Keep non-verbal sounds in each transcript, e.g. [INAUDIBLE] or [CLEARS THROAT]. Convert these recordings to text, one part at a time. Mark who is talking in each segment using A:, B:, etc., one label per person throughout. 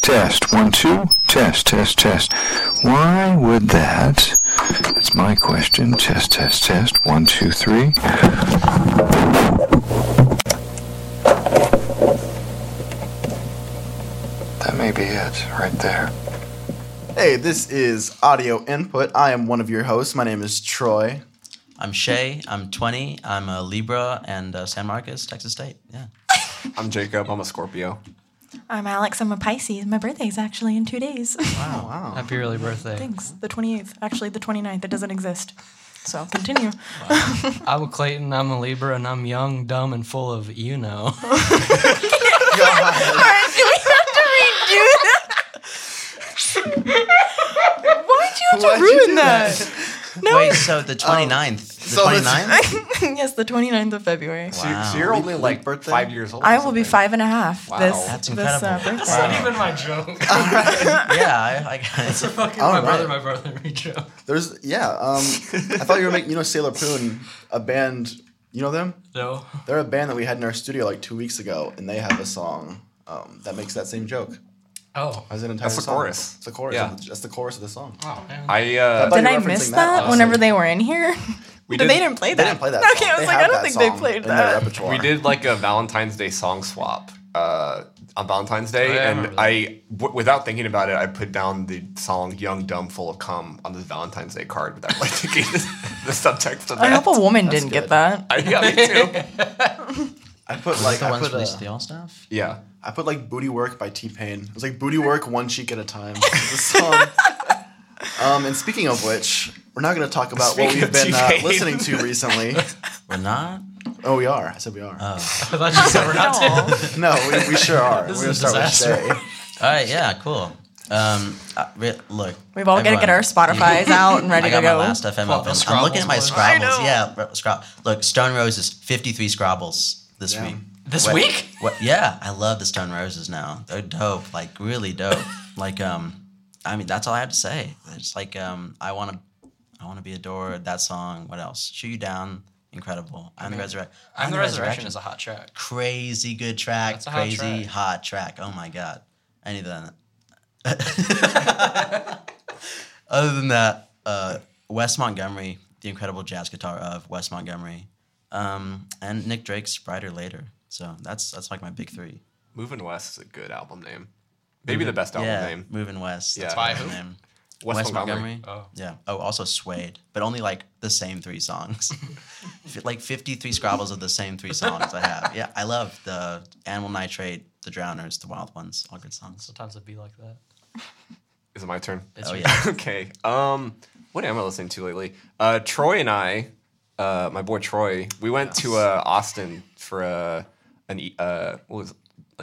A: test. One, two, test, test, test. Why would that? That's my question. Test, test, test. One, two, three. That may be it right there.
B: Hey, this is Audio Input. I am one of your hosts. My name is Troy.
C: I'm Shay. I'm 20. I'm a Libra and uh, San Marcos, Texas State. Yeah.
D: I'm Jacob. I'm a Scorpio.
E: I'm Alex. I'm a Pisces. My birthday's actually in two days. [LAUGHS]
B: Oh, wow.
F: Happy early birthday.
E: Thanks. The 28th. Actually, the 29th. It doesn't exist. So
B: [LAUGHS]
E: continue.
F: I'm a Clayton. I'm a Libra, and I'm young, dumb, and full of you [LAUGHS] know.
E: All right, do we have to redo that? [LAUGHS] Why'd you have to
B: Why'd you
E: ruin
B: do
E: that? No. Oh.
C: Wait, so the 29th. The
B: so it's-
E: [LAUGHS]
C: 29th?
E: yes, the 29th of February.
D: So, you're, so
C: Wow.
D: you're only
B: Late
D: like
B: birthday?
D: five years old. or
E: I will be
D: something.
E: five and a half
D: Wow.
E: this,
D: That's
E: this
C: incredible.
E: uh, birthday.
C: Wow.
F: even my [LAUGHS] joke.
C: yeah, I, I, it's a
F: Fucking
B: All
F: my
B: right.
F: brother, my brother, [LAUGHS] me joke.
B: There's yeah. Um, I thought you were making you know Sailor Poon, a band. You know them?
F: No.
B: They're a band that we had in our studio like two weeks ago, and they have a song um, that makes that same joke.
F: Oh.
B: As an entire
D: That's the
B: song.
D: chorus.
B: It's the chorus.
D: Yeah.
B: That's the chorus of the song.
F: Wow, man.
D: I uh,
B: thought
E: Did
B: you were
E: I
B: referencing
E: miss that
B: last
E: whenever
B: week.
E: they were
B: [LAUGHS]
E: in here?
D: we
E: but
D: did,
E: they didn't play that.
B: They didn't play that.
E: [LAUGHS] Okay,
B: song.
E: I was
B: They
E: like,
B: have
E: I don't
B: that
E: think they
B: song
E: played
B: in their
E: that.
B: repertoire.
D: we did like a Valentine's Day song swap uh, on Valentine's Day,
F: Oh, yeah, I
D: and
F: remember that.
D: I, w- without thinking about it, I put down the song "Young, Dumb, Full of Cum" on the Valentine's Day card without like [LAUGHS] thinking the subtext of that.
E: I hope a woman didn't
B: good.
E: get that.
D: [LAUGHS] I, yeah, me
E: [LAUGHS]
D: too.
B: I put like
C: the
B: I
C: ones
B: put, uh,
C: released at the All Staff?
D: Yeah.
B: I put like booty work by T Pain. It was like booty work one cheek at a time. It's a song. um, and speaking of which, we're not going to talk about
D: Speaking
B: what
D: of
B: we've been uh,
D: T-Pain.
B: listening to recently.
C: We're not?
B: oh, we are. I said we are.
F: I thought you said we're not doing
E: Aw.
B: no, we, we sure are. we're
F: This
B: going to
F: is a
B: start with
F: disaster.
B: Shay.
C: All right, yeah, cool. Um, I, re- look.
E: We've all got to
C: everyone,
E: get
B: [LAUGHS]
E: our Spotify's out and ready
C: I got
E: to go.
C: my last FM
F: Well,
C: up.
F: the
C: I'm- I'm looking at my
F: Scrabbles was-
C: Scrabbles. Yeah, r- Scrab- look, Stone Roses, 53 Scrabbles this
B: Yeah.
C: week.
F: This
C: What-
F: week?
C: What, yeah, I love the Stone Roses now. They're dope, like really dope. like, um, I mean, that's all I have to say. It's like, um, I want to, I want to be adored. That song. What else? Shoot you down. Incredible. I'm the resurrection.
F: I'm the Resurrection is a hot track.
C: crazy good track.
F: That's a hot
C: crazy
F: track.
C: hot track. Oh my god. Any
F: [LAUGHS]
C: than other than that, uh, Wes Montgomery, the incredible jazz guitar of Wes Montgomery, um, and Nick Drake's "Brighter Later." So that's that's like my big three.
D: Moving West is a good album name. Maybe the best album
C: yeah,
D: name.
C: moving west.
D: Yeah.
C: That's
D: By
C: my
F: who?
C: name.
D: West,
C: Wes
D: Montgomery.
C: Montgomery.
F: Oh.
C: Yeah. Oh, also Suede, but only like the same three
F: [LAUGHS]
C: songs. F- like 53 Scrabbles of the same three songs I have. Yeah, I love the Animal Nitrate, The Drowners, The Wild Ones, all good songs.
F: Sometimes it'd be like that.
D: Is it my turn?
F: It's
C: Oh,
F: your-
C: yeah.
D: [LAUGHS] okay. Um, what am I listening to lately? Uh, Troy and I, uh, my boy Troy, we went to uh, Austin for uh, an e- uh, what was it?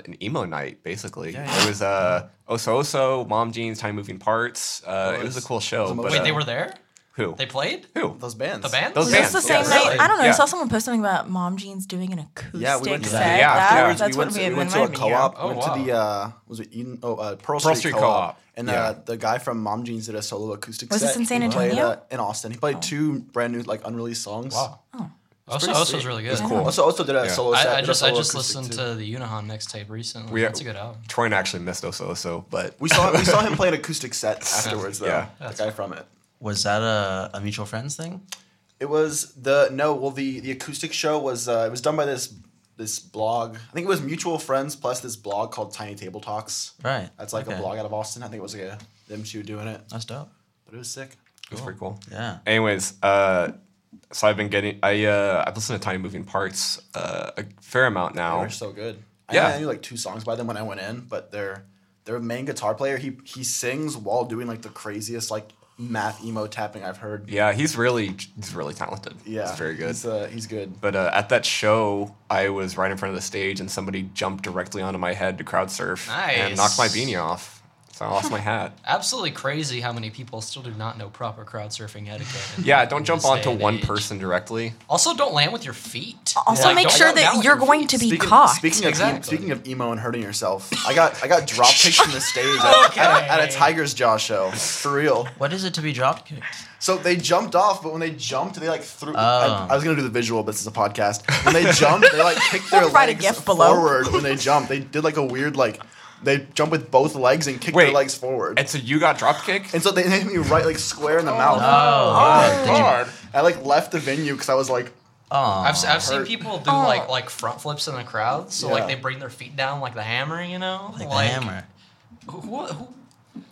D: an emo night basically. It was uh, Oso Oso, Mom Jeans, Time Moving Parts. Uh, it was a cool show.
B: Those
D: but,
F: Wait,
D: uh,
F: they were there?
D: who?
F: They played?
D: who?
B: Those bands.
F: The band?
D: Those
E: Was
D: bands.
E: this the
D: Yeah,
E: same night?
D: really.
E: I don't know.
D: Yeah.
E: I saw someone post something about Mom Jeans doing an acoustic
B: Yeah, we went to
E: set.
B: that.
D: Yeah,
E: That-
D: afterwards
E: that's
B: we
E: what
B: went,
E: we
B: to,
E: had
B: we went
E: been
B: to a
E: vibing
B: co-op.
E: here.
F: Oh,
B: went to
F: wow.
B: the uh, was it Eden? Oh, uh, Pearl,
D: Pearl
B: Street,
D: Street
B: co-op.
D: Co-op.
B: And
D: Yeah.
B: uh, the guy from Mom Jeans did a solo acoustic
E: Was
B: set.
E: this in San
B: He played,
E: Antonio? Oh.
B: uh, in Austin, he played two brand new like unreleased songs.
F: Wow. Also,
B: pretty
F: also
B: sweet.
F: was really good.
D: It was cool.
B: Also, also did a
D: Yeah.
B: solo set.
F: I, I
B: did a
F: just I
B: solo
F: just
B: acoustic
F: listened
B: too.
F: to the Unahan mixtape recently.
D: We-
F: That's a good album.
D: Troy and I actually missed Oso Oso, but
B: We saw we saw him play an acoustic
F: [LAUGHS]
B: set afterwards, though.
D: Yeah.
B: the guy from it.
C: Was that a, a mutual friends thing?
B: It was the no. Well, the the acoustic show was uh, it was done by this this blog. I think it was mutual friends plus this blog called Tiny Table Talks.
C: Right.
B: That's like a
C: Okay.
B: blog out of Austin. I think it was like a, them two doing it,
C: That's dope.
B: but it was sick.
D: it was pretty cool.
C: Yeah.
D: Anyways, uh, so I've been getting I uh, I've listened to Tiny Moving Parts uh, a fair amount now.
B: They were so good. I
D: Yeah.
B: knew- I knew like two songs by them when I went in, but their their main guitar player he he sings while doing like the craziest like math emo tapping I've heard.
D: Yeah, he's really he's really talented.
B: yeah,
D: he's very good.
B: He's, uh, he's good.
D: but uh, at that show, I was right in front of the stage, and somebody jumped directly onto my head to crowd surf and
F: Nice.
D: knocked my beanie off. So I lost my
F: [LAUGHS]
D: hat.
F: Absolutely crazy how many people still do not know proper crowd surfing etiquette. in-
D: Yeah, don't
F: in
D: jump
F: this day
D: onto
F: and
D: one
F: age.
D: person directly.
F: Also, don't land with your feet.
E: Also,
F: Like,
E: make
F: don't
E: sure
F: go down
E: that
F: with
E: you're
F: your
E: going
F: feet.
E: to be
B: Speaking,
E: caught.
B: speaking of
F: Exactly.
B: speaking of emo and hurting yourself, I got I got drop kicked from the stage at, at a, at a Tiger's Jaw show for real.
C: What is it to be drop kicked?
B: So they jumped off, but when they jumped, they like threw. I,
C: Oh.
B: I was gonna do the visual, but this is a podcast. When they jumped, they like kicked their
E: [LAUGHS] We'll provide a
B: legs
E: gift below.
B: forward when they jumped. They did like a weird like They jump with both legs and kick
D: Wait.
B: their legs forward.
D: And so you got dropkicked?
B: And so they hit me right like square in the mouth.
D: Oh, God.
B: I like left the venue because I was like,
F: I've, s- I've seen
B: hurt.
F: people do like like front flips in the crowd, so
B: Yeah.
F: like they bring their feet down like the hammer, you know,
C: Like, the hammer.
F: Who, who, who,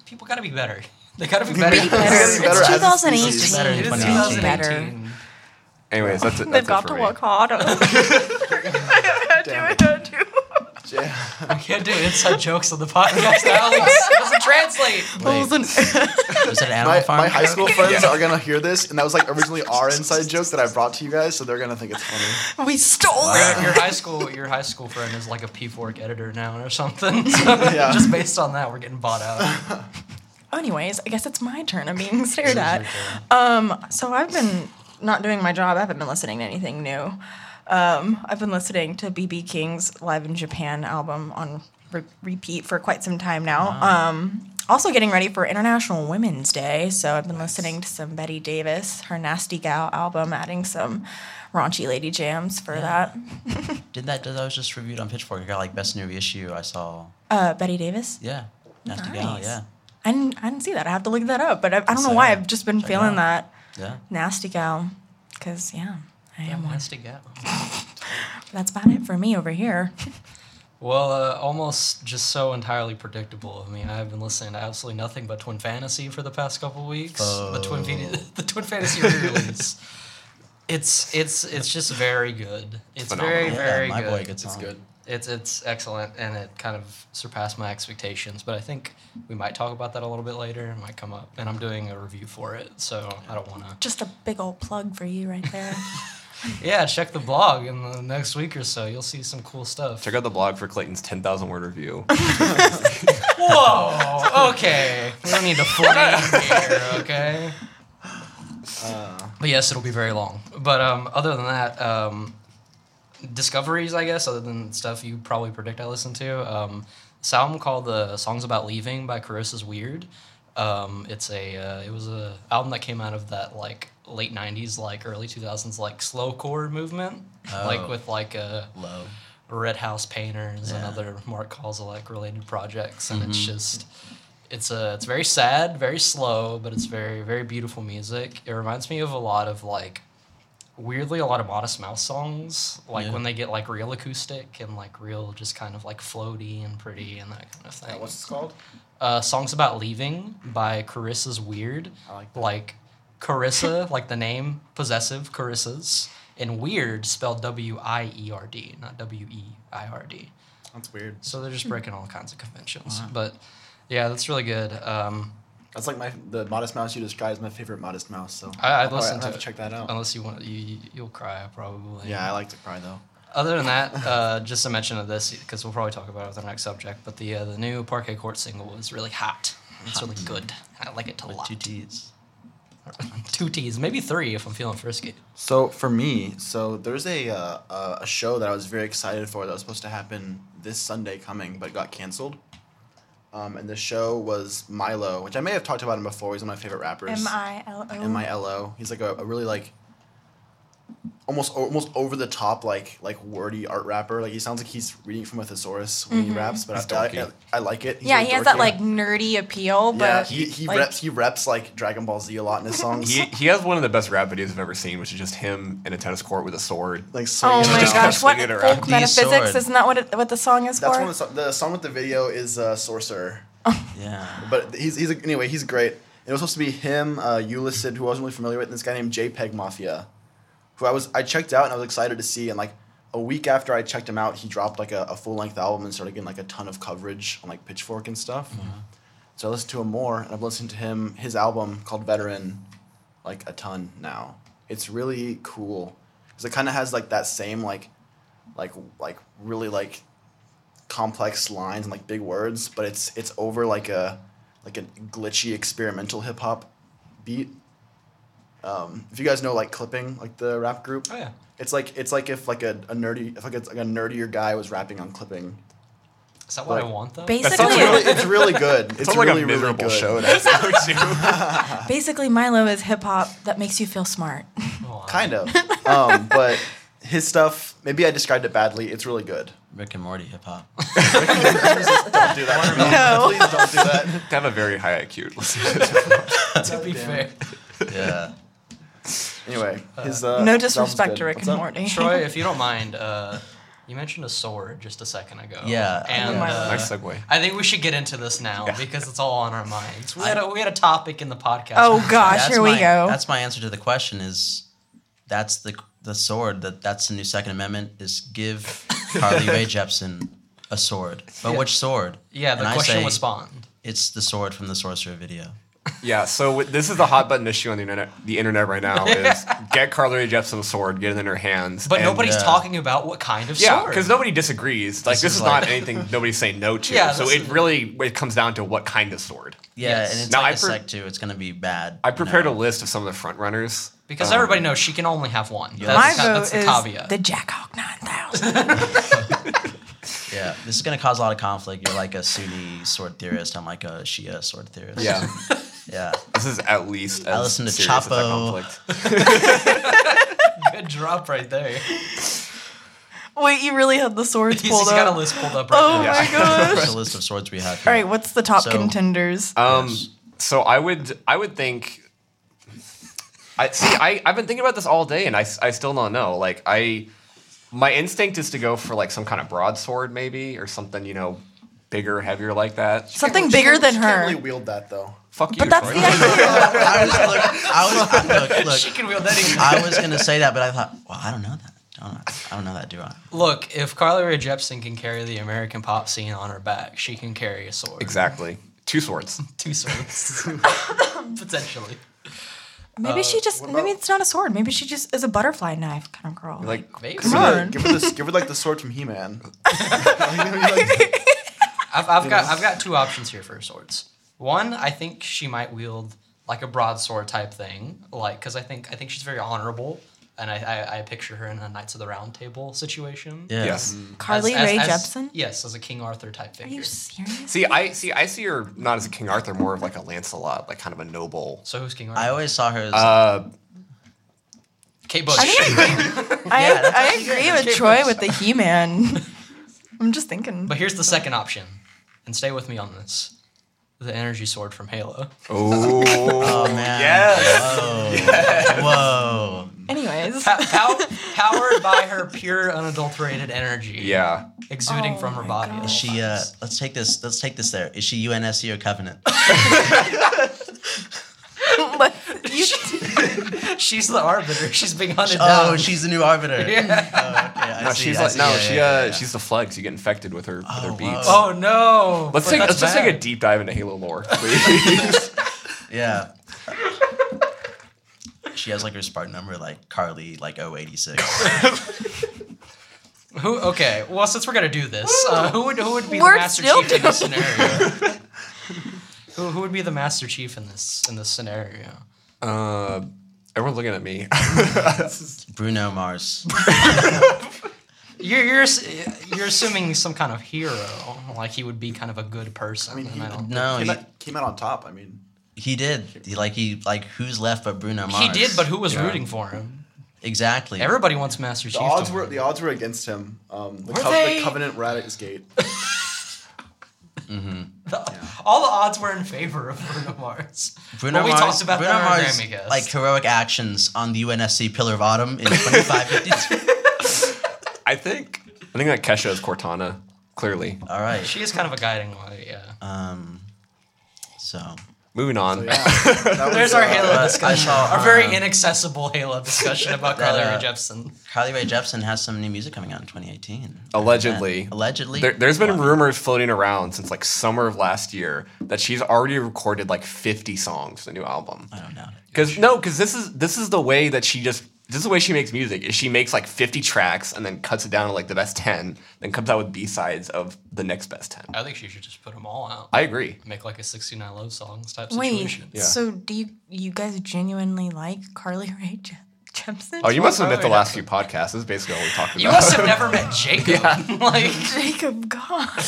F: people got to be better. [LAUGHS] They got to be better.
B: better. It's better
E: It's
B: as a
E: 2018.
B: species.
C: Better
F: It is
C: Funny.
F: 2018.
D: Anyways, that's it.
E: They've
D: That's
E: got
D: it
E: to
D: for
E: work
B: [LAUGHS]
D: me.
E: [LAUGHS] harder.
B: Damn it. yeah.
F: I can't do inside jokes on the podcast, Alex. It doesn't translate.
C: Was it Animal
B: My,
C: Farm?
B: my high school
C: karaoke?
B: friends are gonna hear this, and that was like originally our inside joke that I brought to you guys, so they're gonna think it's funny.
E: [LAUGHS] we stole it.
F: [LAUGHS] Your, your high school, your high school friend is like a P Fork editor now or something. [LAUGHS]
B: [LAUGHS]
F: So
B: Yeah.
F: Just based on that, we're getting bought out.
E: Anyways, I guess it's my turn. I'm being [LAUGHS] stared
F: This
E: at. Um,
F: is your turn.
E: So I've been not doing my job. I haven't been listening to anything new. Um, I've been listening to BB King's Live in Japan album on re- repeat for quite some time now. Um, also getting ready for International Women's Day, so I've been listening to some Betty Davis, her Nasty Gal album, adding some raunchy lady jams for that.
C: Did that? That was just reviewed on Pitchfork. It got like best new issue. I saw.
E: Uh, Betty Davis.
C: Yeah. Nasty Gal.
E: Nice.
C: Yeah.
E: I didn't, I didn't see that. I have to look that up, but I, I don't know
C: there.
E: why. I've just been
C: it
E: feeling
C: out.
E: that
C: Yeah.
E: Nasty Gal, because yeah, I am one.
F: Wants to go.
E: That's about it for me over here. [LAUGHS]
F: Well, uh, almost just so entirely predictable of me. I have been listening to absolutely nothing but Twin Fantasy for the past couple weeks. The
C: Oh.
F: Twin Fe- [LAUGHS] the Twin Fantasy re-release. it's it's it's just very good. It's very
D: phenomenal.
C: Yeah,
F: very
C: my
F: good.
C: boy gets
F: it's
C: on.
F: good. It's it's excellent, and it kind of surpassed my expectations. But I think we might talk about that a little bit later. It might come up, and I'm doing a review for it, so I don't want to.
E: Just a big old plug for you right
B: [LAUGHS]
E: there.
F: Yeah, check the blog in the next week or so. You'll see some cool stuff.
D: Check out the blog for Clayton's 10,000
B: [LAUGHS]
D: word review.
F: Whoa. Okay. We don't need to flame here. Okay. but yes, it'll be very long. But um, other than that, um, discoveries, I guess, other than stuff you probably predict I listen to. Um, this album called "The Songs About Leaving" by Carissa's Weird. Um, it's a uh, it was a album that came out of that like late '90s, like early 2000s, like slowcore movement, like
C: Oh.
F: with like a
C: Low.
F: Red House Painters and
C: Yeah. Mm-hmm.
F: other Mark Kozalek related projects, and it's just it's a it's very sad, very slow, but it's very very beautiful music. It reminds me of a lot of like weirdly a lot of Modest Mouse songs, like
C: Yeah.
F: when they get like real acoustic and like real just kind of like floaty and pretty and that kind of thing
B: What's this called?
F: uh, songs about leaving by Carissa's Weird.
B: like that.
F: like
B: [LAUGHS]
F: Carissa, like the name possessive Carissa's, and Weird spelled W I E R D, not W E I R D.
B: That's weird.
F: So they're just breaking all kinds of conventions. But yeah, that's really good. Um,
B: That's like my the Modest Mouse you described is my favorite Modest Mouse. So
F: I,
B: I'll
F: I've
B: probably
F: listened
B: Oh, have
F: to,
B: to check that out.
F: Unless you want, you you- you'll cry probably.
B: Yeah, I like to cry though.
F: Other than
B: [LAUGHS]
F: that, uh, just a mention of this because we'll probably talk about it with our next subject. But the uh, the new Parquet Court single was really hot. It's really good. I like it a lot.
C: Two T's.
F: two T's, maybe three if I'm feeling frisky.
B: So for me, so there's a uh, uh, a show that I was very excited for that was supposed to happen this Sunday coming, but got canceled. Um, and the show was Milo, which I may have talked about him before. He's one of my favorite rappers.
E: M I L O.
B: M I L O. He's like a, a really like almost almost over the top like like wordy art rapper. Like he sounds like he's reading from a thesaurus when he raps, but I, I,
D: dorky.
B: I like it. He's
E: Mm-hmm. Yeah,
B: really
E: he has that
B: dorky.
E: like nerdy appeal, but
B: yeah. He he
E: like,
B: reps he reps like Dragon Ball Z a lot in his songs.
D: [LAUGHS] He, he has one of the best rap videos I've ever seen, which is just him in a tennis court with a sword.
B: like swinging
E: Oh
B: it
E: my
B: around.
E: gosh, what
D: swinging it around.
E: folk
C: The
E: metaphysics?
C: sword.
E: Isn't that what it, what the song
B: [LAUGHS]
E: is
B: That's
E: for?
B: one of the, so- the song with the video is uh, Sorcerer,
C: Yeah.
B: but he's he's anyway he's great. It was supposed to be him, uh, Ulysid, who I wasn't really familiar with, and this guy named JPEG Mafia, who I was I checked out and I was excited to see, and like a week after I checked him out, he dropped like a, a full length album and started getting like a ton of coverage on like Pitchfork and stuff. So I listened to him more, and I've listened to him his album called Veteran, like a ton now. It's really cool because it kind of has like that same like, like like really like complex lines and like big words, but it's it's over like a like a glitchy experimental hip hop beat. Um, if you guys know like clipping, like the rap group,
F: Oh yeah.
B: it's like it's like if like a, a nerdy if like, it's like a nerdier guy was rapping on clipping.
F: Is that what I
B: Like-
F: want though?
E: basically,
D: sounds
B: It's really, it's really
D: [LAUGHS]
B: good. It's
D: Sounds
B: really
D: like a miserable
B: really good.
D: show.
B: [LAUGHS]
D: To go to.
E: basically Milo is hip hop that makes you feel
B: [LAUGHS]
E: smart. [LAUGHS]
F: Oh, wow.
B: kind of. Um, but his stuff, maybe I described it badly. It's really good.
C: Rick and Morty hip
F: [LAUGHS]
C: hop.
B: Don't do that.
E: No.
B: Please don't do that.
D: [LAUGHS] To have a very high [LAUGHS] IQ.
F: [LAUGHS] to
E: [LAUGHS]
F: be fair.
C: yeah.
B: Anyway, his uh,
E: No
B: his album's
E: disrespect
B: good.
E: to Rick
B: What's
E: and
B: up?
E: Morty.
F: Troy, if you don't mind, uh, you mentioned a sword just a second ago.
C: Yeah, I
F: and
E: did.
F: uh,
D: Nice segue.
F: I think we should get into this now because it's all on our minds. We had a we had a topic in the
E: [LAUGHS]
F: podcast.
E: Oh gosh,
C: That's
E: here we
C: my-
E: go.
C: That's my answer to the question is that's the the sword that that's the new second amendment is
E: [LAUGHS]
C: give Carly Rae Jepsen a sword. But which sword?
F: yeah, the
C: And I
F: question
C: say
F: was spawned.
C: It's the sword from the sorcerer video.
D: Yeah, so w- this is the hot button issue on the internet. The internet right now is get Carly Rae Jepsen's sword, get it in her hands.
F: But
D: and-
F: nobody's
C: uh,
F: talking about what kind of
D: Yeah,
F: sword.
D: because nobody disagrees. Like this,
C: This
D: is,
C: is
D: not
C: like-
D: anything nobody's saying no to.
F: Yeah,
D: so
F: this
D: it
F: is-
D: really it comes down to what kind of sword.
C: Yeah,
F: Yes.
C: and it's
D: Now,
C: like
D: I
C: a
D: pre-
C: sec too. It's gonna be bad.
D: I prepared
C: no.
D: a list of some of the front runners
F: because
D: Um,
F: everybody knows she can only have one.
E: my
F: That's, the, ca-
E: vote
F: that's the
E: is
F: caveat.
E: the Jackhawk 9000.
C: Yeah, this is gonna cause a lot of conflict. You're like a Sunni sword theorist. I'm like a Shia sword theorist.
D: Yeah,
C: yeah.
D: this is at least. As
C: listened to
D: serious as that
C: Chapo.
D: conflict.
F: Good drop right there.
E: [LAUGHS] Wait, you really had the swords
F: He's,
E: pulled
F: [LAUGHS] he's
E: up.
F: got a list pulled up right
E: Oh
F: there.
E: my gosh.
C: That's the list of swords we have. Here.
E: All right, what's the top
C: So- uh,
E: contenders?
D: Um,
C: Yes.
D: so I would I would think. I see. I I've been thinking about this all day, and I s- I still don't know. Like I, my instinct is to go for like some kind of broadsword, maybe, or something you know, bigger, heavier like that.
E: Something
B: She
E: bigger
B: can't-
E: than
B: she can't
E: her.
B: really wield that though.
D: Fuck you.
E: But that's
D: Troy.
E: the
C: I
E: idea.
C: was look. I was look. look
F: She can wield that even.
C: I was gonna say that, but I thought, well, I don't know that. Don't I? I don't know that, do I?
F: Look, if Carly Rae Jepsen can carry the American pop scene on her back, she can carry a sword.
D: exactly two swords.
C: [LAUGHS]
F: Two swords. [LAUGHS] Potentially.
E: Maybe she just, maybe it's not a sword. Maybe she just is a butterfly knife kind of girl.
D: Like
F: Maybe.
E: Come
B: Give her the-
E: on.
B: Give her, this, give her like the sword from
E: [LAUGHS]
B: He-Man. [LAUGHS]
F: I've, I've got I've got two options here for swords. One, I think she might wield like a broadsword type thing, like because I think I think she's very honorable, and I, I I picture her in a Knights of the Round Table situation.
C: Yeah.
D: yes.
F: As-
E: Carly
F: as-
E: Rae
F: as-
E: Jepsen?
F: Yes, as a King Arthur type
E: Are
F: figure.
D: [LAUGHS]
E: you
F: [LAUGHS]
E: serious?
D: See, I see. I see her not as a King Arthur, more of like a Lancelot, like kind of a [LAUGHS] noble.
F: so who's King Arthur?
C: I always saw her as
D: Uh,
F: Kate Bush.
E: I think I,
C: Yeah, that's
E: I
C: what she
E: agree
C: did.
E: with
C: She
E: Troy
C: was-
E: with the He Man. I'm just thinking.
F: but here's the second option, and stay with me on this: the energy sword from Halo.
D: oh,
C: oh man.
D: yes.
C: Whoa. Whoa.
E: Anyways, [LAUGHS]
F: Pa- pow- powered by her pure, unadulterated energy.
D: yeah.
F: Exuding
E: Oh
F: from her
E: my
F: body.
E: God.
F: at all
C: Is she? Uh,
F: times.
C: let's take this. Let's take this. There. Is she UNSC or Covenant?
E: let- you,
F: She's the arbiter. [LAUGHS] She's being hunted down.
C: Oh, she's the new arbiter.
F: Yeah.
C: Oh, okay. I
D: No,
C: see,
D: she's
C: I
D: like
C: see.
D: no.
C: Yeah,
D: she uh,
C: yeah, yeah, yeah.
D: she's the flag. So you get infected with her with
C: Oh,
D: her beats.
C: wow.
F: Oh no!
D: Let's
F: But
D: take let's
F: that's
D: just take a
F: bad.
D: deep dive into Halo lore. [LAUGHS] please. uh,
C: Yeah. She has like her Spartan number, like Carly, like 086.
F: [LAUGHS] Who? Okay. Well, since we're gonna do this, uh, who would who would be
E: We're
F: the Master
E: still
F: Chief in this scenario? [LAUGHS] who, who would be the Master Chief in this in this scenario?
D: uh, everyone's looking at me. [LAUGHS]
C: Bruno Mars.
F: You're you're ass- you're assuming some kind of hero, like he would be kind of a good person.
B: mean,
F: and
B: he-
F: I don't.
C: No,
B: came,
C: he,
B: out, came out on top. I mean,
C: he did. He, like he like who's left but Bruno Mars?
F: He did, but who was
D: Yeah.
F: rooting for him?
C: exactly?
F: Everybody wants Master
B: the
F: Chief.
B: odds
F: to
B: were
F: win.
B: the odds were against him. Um, the,
F: Were
B: co-
F: they?
B: the Covenant
F: [LAUGHS]
B: Radixgate.
F: The- all the odds were in favor of Bruno Mars.
C: Bruno
F: But we
C: Mars,
F: talked about
C: Bruno
F: that on our
C: Mars,
F: Grammy guest.
C: like heroic actions on the UNSC Pillar of Autumn in
F: [LAUGHS]
C: 2552.
D: I think I think that Kesha is Cortana. Clearly,
C: All right.
F: she is kind of a guiding light. Yeah.
C: Um, so
D: moving on.
B: Yeah, that was,
F: There's our
B: uh,
F: Halo
C: I
F: discussion.
C: saw,
F: Our very
C: uh,
F: inaccessible Halo
D: [LAUGHS]
F: discussion about
C: that,
F: Carly Rae
C: uh,
F: Jepsen.
C: Carly Rae Jepsen has some new music coming out in 2018.
D: Allegedly.
C: [LAUGHS] Allegedly.
D: There, there's been
C: Wow.
D: rumors floating around since like summer of last year that she's already recorded like 50 songs for the new album.
C: I don't know.
D: Because no, because this is this is the way that she just this is the way she makes music. Is she makes like 50 tracks and then cuts it down to like the best 10, then comes out with B sides of the next best 10.
F: I think she should just put them all out.
D: I agree.
F: Make like a 69 Love Songs
E: [LAUGHS]
F: type
E: wait,
F: situation.
D: Yeah.
E: so do you, you guys genuinely like Carly Rae Je- Jepsen?
D: Oh, you
E: [LAUGHS]
D: must
F: Well,
D: have missed the
F: probably
D: last few podcasts. This is basically all we talked about.
F: You must have never
D: [LAUGHS]
F: met Jacob. [LAUGHS] like,
E: Jacob, God.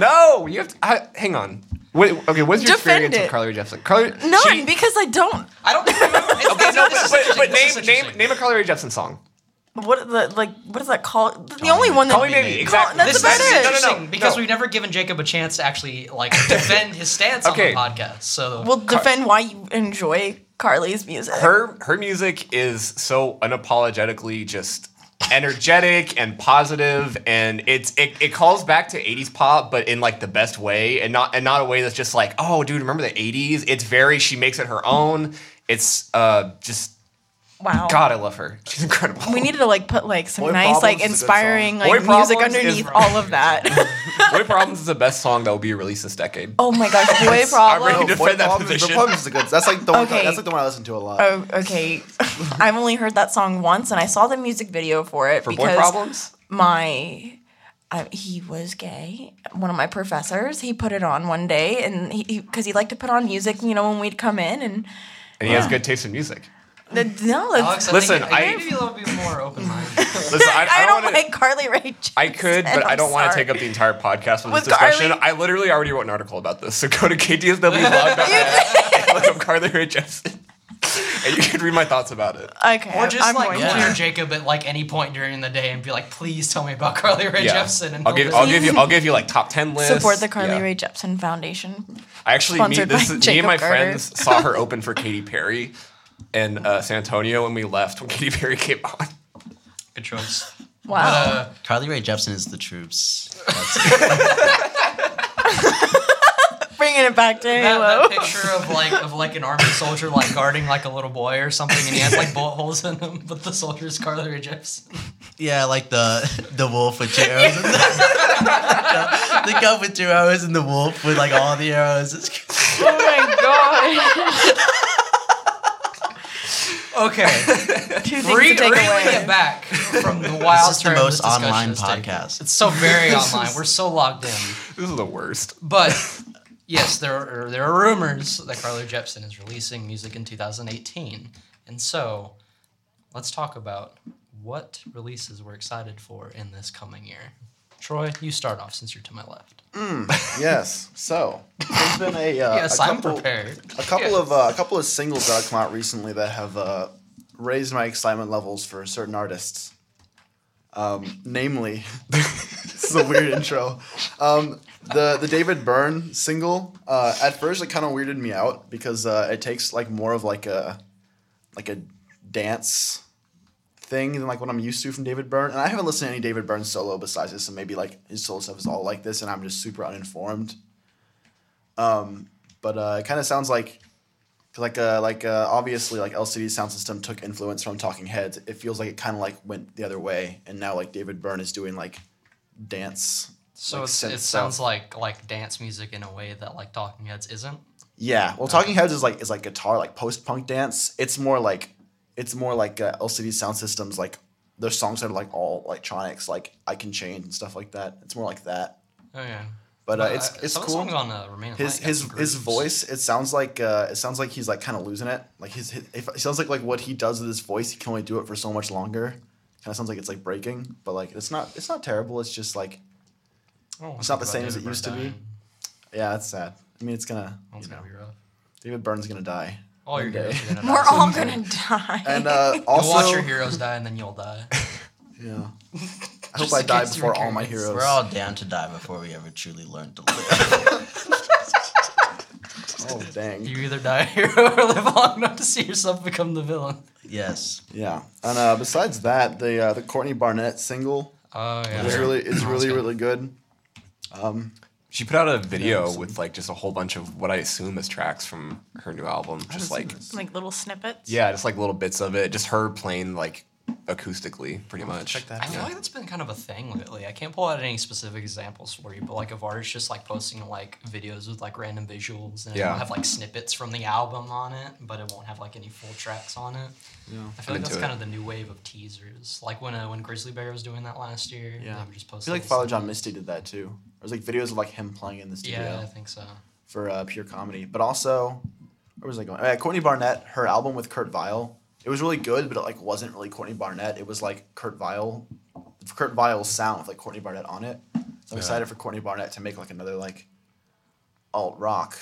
D: no, you have to. I, hang on. Wait, okay, what's your
E: Defend
D: experience
E: it.
D: with Carly Rae Jepsen? Carly,
E: None,
D: she-
E: because I don't.
F: I don't remember.
D: [LAUGHS]
F: It's,
D: Okay,
F: it's-
D: no,
F: this
D: but,
F: is
D: but,
F: interesting,
D: but
F: this is
D: name, name,
F: interesting.
D: name a Carly Rae Jepsen song.
E: what the like what is that called? The only one that
D: Call me maybe. Exactly.
E: that's
F: This,
E: about
F: this is
E: it.
F: interesting
D: No, no, no,
F: because
D: no.
F: we've never given Jacob a chance to
D: [LAUGHS]
F: actually like defend his stance
D: Okay.
F: on the podcast. So
E: will defend why you enjoy Carly's music.
D: her her music is so unapologetically just energetic and positive and it's it, it calls back to 80s pop but in like the best way and not and not a way that's just like oh dude remember the 80s it's very she makes it her own it's uh just
E: wow.
D: god i love her she's incredible [LAUGHS]
E: We needed to like put like some
B: Boy
E: nice
B: Problems
E: like
B: is a good
E: inspiring
D: song.
E: like
D: Boy
E: music
D: Problems is
E: underneath
D: right.
E: all
D: [LAUGHS]
E: of that.
D: boy problems is the best song that will be released this decade
E: oh my gosh, boy
D: I
E: problem.
D: really defend that
B: Problems-
D: position.
B: The problems is a good. That's like the one.
E: Okay.
B: That's like the one I listen to a lot.
E: Oh, okay. [LAUGHS] I've only heard that song once, and I saw the music video for it
D: for
E: because
D: boy problems
E: my I, he was gay. One of my professors, he put it on one day, and he because he, liked to put on music, you know, when we'd come in, and
D: and he has good taste in music
E: the,
D: Oh,
E: no, that's,
F: Alex, I
D: Listen,
F: think,
D: I-
F: maybe a little bit more open minded.
D: Listen, I,
E: [LAUGHS] I, don't
D: wanna-
E: like Carly Rae Jepsen.
D: I could, but I
E: I'm
D: don't want to
E: sorry.
D: take up the entire podcast with,
E: With
D: this discussion.
E: Carly?
D: I literally already wrote an article about this, so go to [LAUGHS] ktswblog.net
E: [LAUGHS]
D: and look up Carly Rae Jepsen, and you can read my thoughts about it.
E: Okay,
F: Or just
E: I'm
F: like
E: going
F: corner
E: to.
F: Jacob at like any point during the day and be like, please tell me about [LAUGHS] Carly Rae
D: Yeah,
F: Jepsen. And
D: I'll
F: he'll
D: give,
F: listen.
D: I'll give you, I'll give you like top ten lists.
E: Support the Carly
D: Yeah.
E: Rae Jepsen Foundation.
D: I actually, me,
E: sponsored by
D: this, is- me
E: Jacob
D: and my
E: Carter.
D: friends saw her open for Katy Perry in uh, San Antonio, and we left when Katy Perry came on. [LAUGHS]
F: Good choice.
E: Wow.
C: Carly Rae Jepsen is the troops.
E: Bringing it back to
F: That,
E: Halo.
F: that picture of like of like an army soldier like guarding like a little boy or something, and he has like bullet holes in him, but the soldier's Carly Rae Jepsen.
C: Yeah, like the [LAUGHS] the wolf with two arrows. [LAUGHS] in the, the cub with two arrows and the wolf with like all the arrows. It's-
E: oh my god.
F: [LAUGHS] Okay,
E: Two things
F: Re-
E: to take away.
F: reeling it back from the wild.
C: This is the
F: turn
C: most
F: this discussion
C: online
F: has taken.
C: podcast.
F: It's so
E: [LAUGHS]
F: very online. We're so logged in.
D: This is the worst.
F: But [LAUGHS] yes, there are, er, there are rumors that Carly Jepsen is releasing music in 2018. And so let's talk about what releases we're excited for in this coming year. Troy, you start off since you're to my left.
B: Yes. So there's been a, uh,
F: Yes,
B: a
F: I'm
B: couple,
F: prepared.
B: A couple of uh, a couple of singles that have come out recently that have uh, raised my excitement levels for certain artists. Um, namely, [LAUGHS] this is a weird intro. Um, the the David Byrne single uh, at first it kind of weirded me out because uh, it takes like more of like a like a dance thing than like what I'm used to from David Byrne. And I haven't listened to any David Byrne solo besides this, so maybe like his solo stuff is all like this, and I'm just super uninformed. Um, but uh, it kind of sounds like like uh, like uh, obviously like LCD Sound System took influence from Talking Heads. It feels like it kind of like went the other way, and now like David Byrne is doing like dance.
F: So
B: like,
F: it's,
B: synth
F: it
B: stuff.
F: sounds like like dance music in a way that like Talking Heads isn't.
B: Yeah, well, Talking Heads is like is like guitar, like post punk dance. It's more like it's more like uh, LCD Sound Systems, like their songs that are like all electronics, like I Can Change and stuff like that. It's more like that,
F: Oh yeah.
B: but uh, it's
F: Uh,
B: it's
F: some
B: cool.
F: Songs on uh, Remain
B: his his his voice, it sounds like uh, it sounds like he's like kind of losing it. Like his, his if, it sounds like like what he does with his voice, he can only do it for so much longer. Kind of sounds like it's like breaking, but like it's not it's not terrible. It's just like
F: It's
B: not the same as it used to be. yeah, that's sad. I mean, it's gonna
F: It's gonna be rough.
B: David Byrne's gonna
F: [LAUGHS]
B: die.
F: All your
B: Okay.
F: heroes are
E: [LAUGHS]
F: gonna die.
E: We're all gonna die.
B: And
E: [LAUGHS]
B: uh,
F: You'll
B: also
F: watch your heroes die and then you'll die. [LAUGHS]
B: Yeah. I
F: Just
B: hope I
F: in
B: die
F: case you
B: before
F: were
B: all my
F: curious.
B: heroes.
C: We're all down to die before we ever truly learn to live. [LAUGHS]
B: oh dang.
F: You either die [LAUGHS] a hero or live long enough to see yourself become the villain.
C: yes.
B: Yeah. And uh, besides that, the uh, the Courtney Barnett single
F: Oh yeah.
B: is really is really really good.
D: She put out a video with like just a whole bunch of what I assume is tracks from her new album, just like
E: like little snippets.
D: yeah, just like little bits of it, just her playing like acoustically, pretty much.
B: Check that
F: I
B: out.
F: feel like that's been kind of a thing lately. I can't pull out any specific examples for you, but like of artists just like posting like videos with like random visuals and
D: Yeah.
F: it'll have like snippets from the album on it, but it won't have like any full tracks on it. Yeah. I feel
D: I'm
F: like that's
D: into
F: kind
D: it.
F: of the new wave of teasers. Like when uh, when Grizzly Bear was doing that last year,
B: Yeah.
F: they were just
B: I
F: posting.
B: feel like
F: this-
B: Father John Misty did that too. There's like videos of like him playing in the studio
F: Yeah, I think so.
B: for uh, pure comedy. But also, where was I going? Uh, Courtney Barnett, her album with Kurt Vile, it was really good, but it like wasn't really Courtney Barnett. It was like Kurt Vile, Kurt Vile's sound with like Courtney Barnett on it. So I'm excited for Courtney Barnett to make like another like alt rock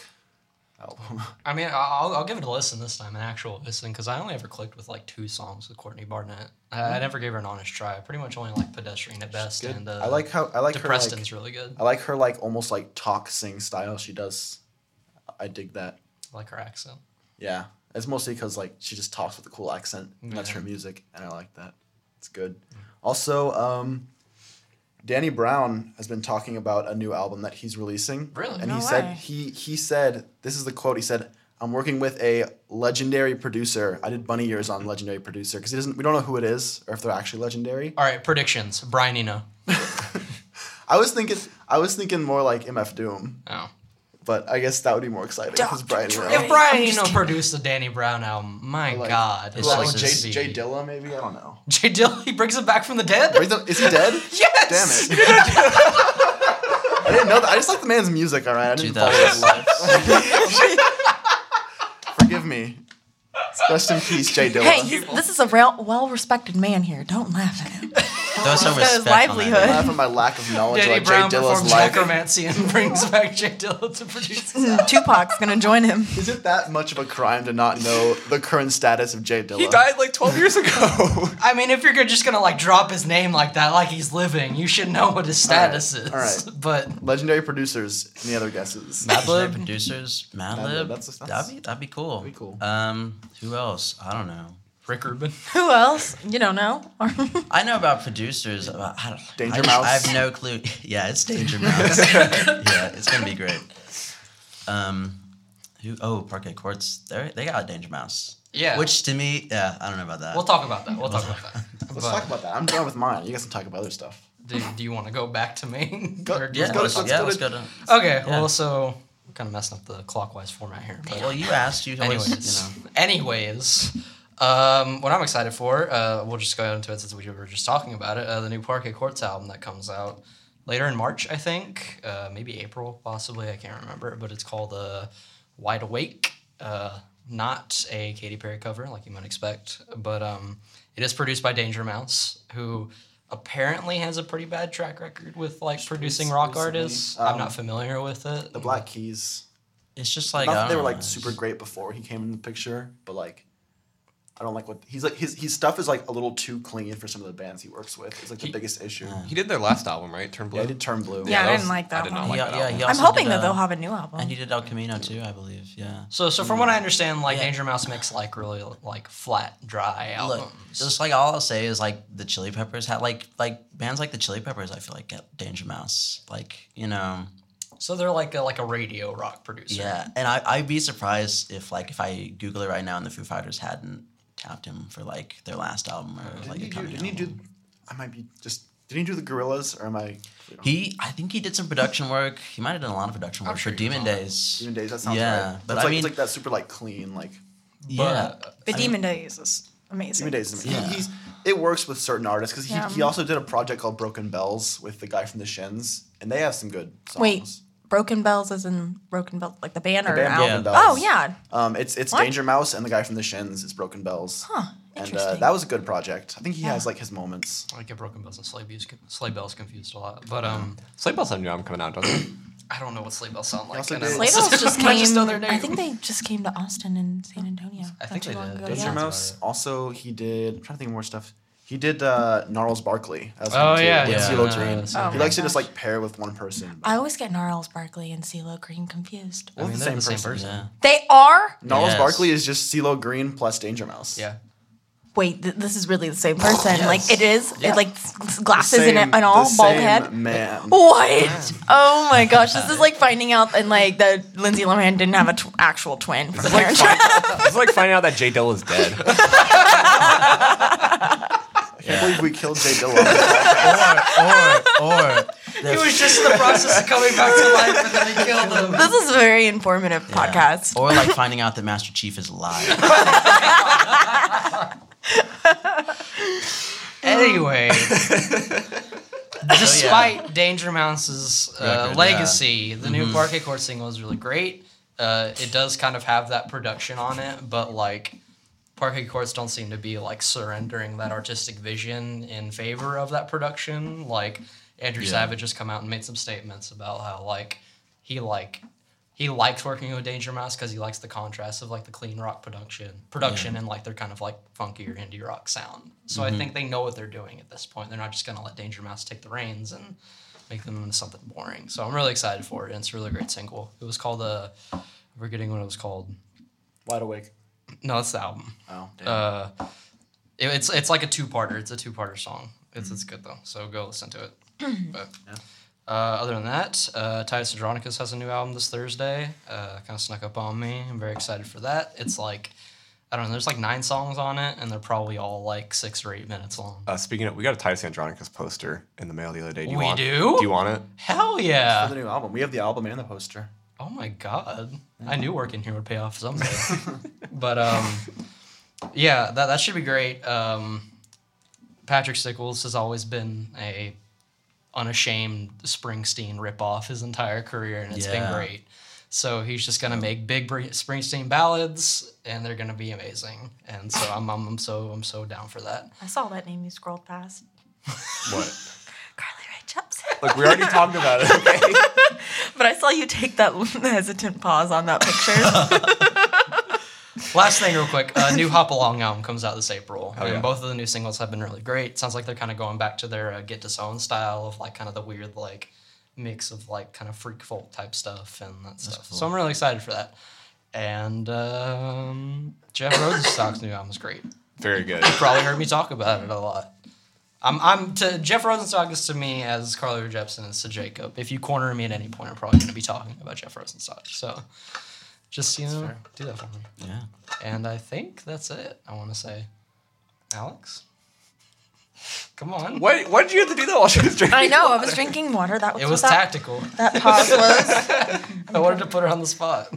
B: album.
F: I mean, I- I'll, I'll give it a listen this time, an actual listen, because I only ever clicked with like two songs with Courtney Barnett. I, I
B: Mm.
F: never gave her an honest try. I pretty much only like Pedestrian at best, [LAUGHS] and uh,
B: I like how I like her like,
F: Depreston's really good.
B: I like her like almost like talk sing style she does. I dig that.
F: I like her accent.
B: Yeah, it's mostly because like she just talks with a cool accent. And That's her music, and I like that. It's good. Also, um, Danny Brown has been talking about a new album that he's releasing.
F: Really?
B: And
E: No
B: he said
E: way.
B: he he said this is the quote. He said, "I'm working with a legendary producer. I did bunny years on legendary producer because he doesn't. We don't know who it is or if they're actually legendary.
F: All right, predictions. Brian Eno.
B: I was thinking I was thinking more like MF Doom,
F: Oh.
B: but I guess that would be more exciting because
E: Dr.
B: Brian. Eno.
E: Dre.
F: If
E: If
F: Brian
E: Brian
F: Eno
E: Eno
F: produced the Danny Brown album, Oh my
B: Like-
F: God,
B: Or
F: it's
B: like
F: just
B: Jay, Jay Dilla maybe I don't know.
F: Jay Dill, he brings him back from the dead.
B: Wait, no, Is he dead?
F: [LAUGHS] Yes!
B: Damn it. [LAUGHS] I didn't know that. I just like the man's music, all right? I didn't follow his life.
C: 2006.
B: Forgive me. Rest in peace, Jay Dilla.
E: Hey, he's- this is a real, well-respected man here. Don't laugh at him.
C: Throw some
E: That's
C: respect
E: livelihood.
C: on that.
B: Laugh at my lack of knowledge
F: Danny
B: about
F: Brown
B: Jay Dilla's
F: performs
B: life.
F: necromancy and brings back Jay Dill to
B: [LAUGHS]
F: produce. his
E: Mm, [LAUGHS]
F: album.
E: Tupac's gonna join him.
B: Is it that much of a crime to not know the current status of Jay Dilla?
D: He died like 12 years ago.
F: I mean, if you're go- just gonna like drop his name like that, like he's living, you should know what his
B: right,
F: status
B: all
F: is.
B: right.
F: [LAUGHS] But
B: Legendary producers. Any other guesses?
C: Madlib producers, Madlib.
B: that's- that's-
C: that'd be that'd be cool.
B: be cool.
C: Um, who else? I don't know.
F: Rick Rubin,
E: Who else? You don't know? [LAUGHS]
C: I know about producers. About, I don't,
B: Danger
C: I just-
B: Mouse.
C: I have no clue. [LAUGHS] Yeah, it's Danger
B: [LAUGHS]
C: Mouse. yeah, it's gonna be great. Um, who? Oh, Parquet Courts. They they got Danger Mouse.
F: Yeah.
C: Which to me, yeah, I don't know about that.
F: we'll talk about that. We'll talk about that. [LAUGHS]
B: Let's
F: But
B: talk about that. I'm done with mine. You guys can talk about other stuff.
F: do, do you want to go back to me?
B: Go-
F: Or do you
C: Yeah,
F: wanna
B: let's
C: let's,
F: talk-
B: go to-
C: yeah,
B: let's
C: let's
B: go
C: go to.
F: Okay.
C: yeah.
F: Well, so we're kind of messing up the clockwise format here. But
C: Well, you asked. You always,
F: Anyways,
C: you know.
F: [LAUGHS] anyways, um, what I'm excited for, uh, we'll just go into it since we were just talking about it. Uh, the new Parquet Courts album that comes out later in March, I think, uh, maybe April, possibly. I can't remember, but it's called uh, "Wide Awake." Uh, not a Katy Perry cover, like you might expect, but um, it is produced by Danger Mouse, who apparently has a pretty bad track record with like producing rock
B: recently, um,
F: artists. I'm not familiar with it.
B: The Black Keys.
C: It's just like
B: Not
C: I
B: that they were
C: don't
B: like
C: know.
B: super great before he came in the picture, but like I don't like what he's like. His his stuff is like a little too clean for some of the bands he works with. It's like the biggest issue.
D: [LAUGHS] he did their last album, right? Turn Blue.
B: Yeah, I did Turn Blue.
E: Yeah, I
D: that
E: didn't
D: was-
E: like that
D: I did not
E: one.
D: like
C: Yeah,
D: that
C: yeah,
D: album.
C: he
E: I'm
C: also
E: hoping
C: did,
E: that
C: uh,
E: they'll have a new album.
C: And he did El Camino too, I believe. Yeah.
F: So, so from what
E: Mm.
F: I understand, like Danger Mouse makes like really like flat, dry albums.
C: Look, just like all I'll say is like the Chili Peppers had like like bands like the Chili Peppers. I feel like get Danger Mouse, like you know,
F: so they're like a, like a radio rock producer.
C: yeah. And I I'd be surprised if like if I Google it right now and the Foo Fighters hadn't tapped him for like their last album or
B: Didn't
C: like a
B: he do?
C: coming
B: Didn't he
C: album.
B: do? I might be just. Didn't he do the Gorillas or am I?
C: He I think he did some production work. He might have done a lot of production work
F: Oh, sure
C: for
F: he was
C: Demon
F: on it.
C: Days.
B: Demon Days. That sounds
C: Yeah,
B: right.
C: but
B: it's
C: I
B: like,
C: mean-
B: it's like that super like clean like
C: Yeah.
E: the Demon Days is amazing.
B: Demon Days. Is amazing.
C: Yeah.
B: He, he's it works with certain artists because he,
E: Yeah.
B: he also did a project called Broken Bells with the guy from the Shins, and they have some good songs.
E: Wait, Broken Bells is in Broken Bells, like the band or
B: band
E: album?
B: Broken
E: Oh
B: Bells.
E: yeah,
B: Um, it's it's
E: What?
B: Danger Mouse and the guy from the Shins. It's Broken Bells.
E: huh?
B: And uh,
E: Interesting.
B: that was a good project. I think he has like his moments.
F: I get Broken Bells and Sleigh Bells, Sleigh Bells confused a lot. But um,
D: Sleigh Bells have a new album coming out, doesn't it?
F: I don't know what Sleigh Bells sound like.
B: also
F: and I
B: did-
E: Sleigh [LAUGHS]
F: listened
E: Bells
F: to
E: just
F: them, [LAUGHS] I
E: came.
F: know their
E: I
F: name.
E: think they just came to Austin and San Antonio.
F: I
E: not
F: think
E: too
F: they
E: long
F: did.
E: ago,
F: Danger
E: yeah.
B: Danger Mouse. Also, he did. I'm trying to think of more stuff. He did uh, Gnarls Barkley. That was
F: Oh,
B: him, too,
F: yeah,
B: with
C: yeah.
B: CeeLo
C: Uh,
B: Green.
F: so-
E: Oh
B: he
E: my
B: likes to just
E: gosh.
B: like pair with one person.
E: I always get Gnarls Barkley and CeeLo Green confused.
F: I mean,
B: the
F: they're
B: same
F: the same
B: person,
F: person.
C: Yeah.
E: They are.
B: Gnarls
C: Yes.
B: Barkley is just CeeLo Green plus Danger Mouse.
F: Yeah.
E: Wait, th- this is really the
F: Oh,
E: same person. Like it is.
B: Yeah.
E: It like s- s-
B: The
E: glasses
B: same-
E: and, and all
B: the
E: bald
B: same
E: head.
B: Man.
E: What? Oh my gosh! This is like finding out and like that Lindsay Lohan didn't have an tw- actual twin. For [LAUGHS] Parent Trap.
D: [LAUGHS] It's like finding out that Jay Dill [LAUGHS] is dead.
B: I can't believe we killed Jay
E: [LAUGHS]
B: Dilla.
F: [LAUGHS]
C: Or or
F: He was just in the process of coming back to life, and
C: [LAUGHS]
F: then he killed them.
E: this is a very informative
C: Yeah.
E: podcast.
F: Oh.
C: Or like finding out that Master Chief is alive.
F: [LAUGHS] Um, Anyway, [LAUGHS] despite Danger Mouse's uh,
C: Oh, Record, Mm-hmm.
F: legacy, the new Parquet Court single is really great. Uh, it does kind of have that production on it, but like Parquet Courts don't seem to be like surrendering that artistic vision in favor of that production. Like Andrew
C: Yeah.
F: Savage has come out and made some statements about how like he like. he He likes working with Danger Mouse because he likes the contrast of like the clean rock production, production, and like their kind of like funkier indie rock sound. So I think they know what they're doing at this point. They're not just gonna let Danger Mouse take the reins and make them into something boring. So I'm really excited for it, and it's a really great single. It was called uh, I'm forgetting what it was called.
B: Wide awake.
F: No, it's the album.
B: Oh, damn.
F: Uh, it- it's it's like a two parter. It's a two parter song. It's it's good though. So go listen to it. but uh, other than that, uh, Titus Andronicus has a new album this Thursday. Uh, kind of snuck up on me. I'm very excited for that. It's like I don't know. There's like nine songs on it, and they're probably all like six or eight minutes long.
D: Uh, speaking of, we got a Titus Andronicus poster in the mail the other day. Do you
F: We
D: want,
F: do?
D: Do you want it?
F: Hell
B: the
F: yeah!
B: new album. We have the album and the poster.
F: Oh my god! I knew working here would pay off someday. but um, yeah, that that should be great. Um, Patrick Stickles has always been a unashamed Springsteen ripoff his entire career, and it's
C: Yeah.
F: been great. So he's just gonna make big Br- Springsteen ballads, and they're gonna be amazing. And so I'm, I'm, I'm so I'm so down for that.
E: I saw that name you scrolled past.
D: What?
E: Carly Rae Jepsen. [LAUGHS]
D: Look, we already talked about it. Okay.
E: But I saw you take that [LAUGHS] hesitant pause on that
F: [LAUGHS]
E: picture.
F: Last thing, real quick, a new Hop Along album comes out this April, and
D: yeah.
F: both of the new singles have been really great. Sounds like they're kind of going back to their uh, Get Disowned style of like kind of the weird like mix of like kind of freak folk type stuff and that stuff. So I'm really excited for that. And um, Jeff Rosenstock's new album is great.
D: Very good.
F: Probably heard me talk about it a lot. I'm, I'm to Jeff Rosenstock is to me as Carly Rae Jepsen is to Jacob. If you corner me at any point, I'm probably going to be talking about Jeff Rosenstock. So just you know, do that for me.
C: Yeah.
F: And I think that's it. I want to say, Alex, come on.
D: What? What did you have to do that while she was drinking?
F: [LAUGHS]
E: I know. I was drinking water. That was,
F: It was
E: what that,
F: tactical. [LAUGHS]
E: that pause was.
F: I wanted to put her on the spot.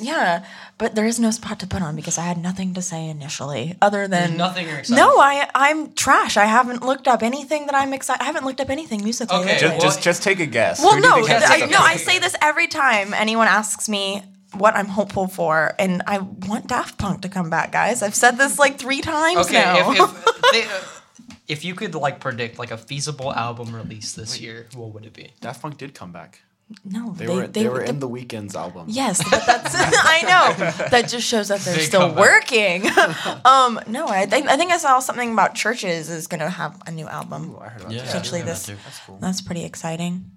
E: Yeah, but there is no spot to put on because I had nothing to say initially, other than
F: nothing you're excited
E: No,
F: for.
E: I I'm trash. I haven't looked up anything that I'm excited. I haven't looked up anything musically.
F: Okay.
E: lately.
D: Just, just, just take a guess.
E: Well,
D: Who do you
E: no,
D: think has
E: I,
D: the
E: no. I
D: best-
E: say this every time anyone asks me what I'm hopeful for, and I want Daft Punk to come back, guys. I've said this like three times
F: Okay,
E: now.
F: if, if, they, uh, if you could like predict like a feasible album release this year, what would it be?
B: Daft Punk did come back.
E: [LAUGHS] no,
B: They, were they, were in the weekend's album.
E: Yes, but that's [LAUGHS] I know that just shows that they're
F: Big
E: still
F: comeback.
E: working. [LAUGHS] um, no, I think I think I saw something about churches is going to have a new album.
B: I heard about
C: Yeah.
B: that.
E: Potentially
C: yeah,
E: this.
C: that too.
E: That's pretty exciting.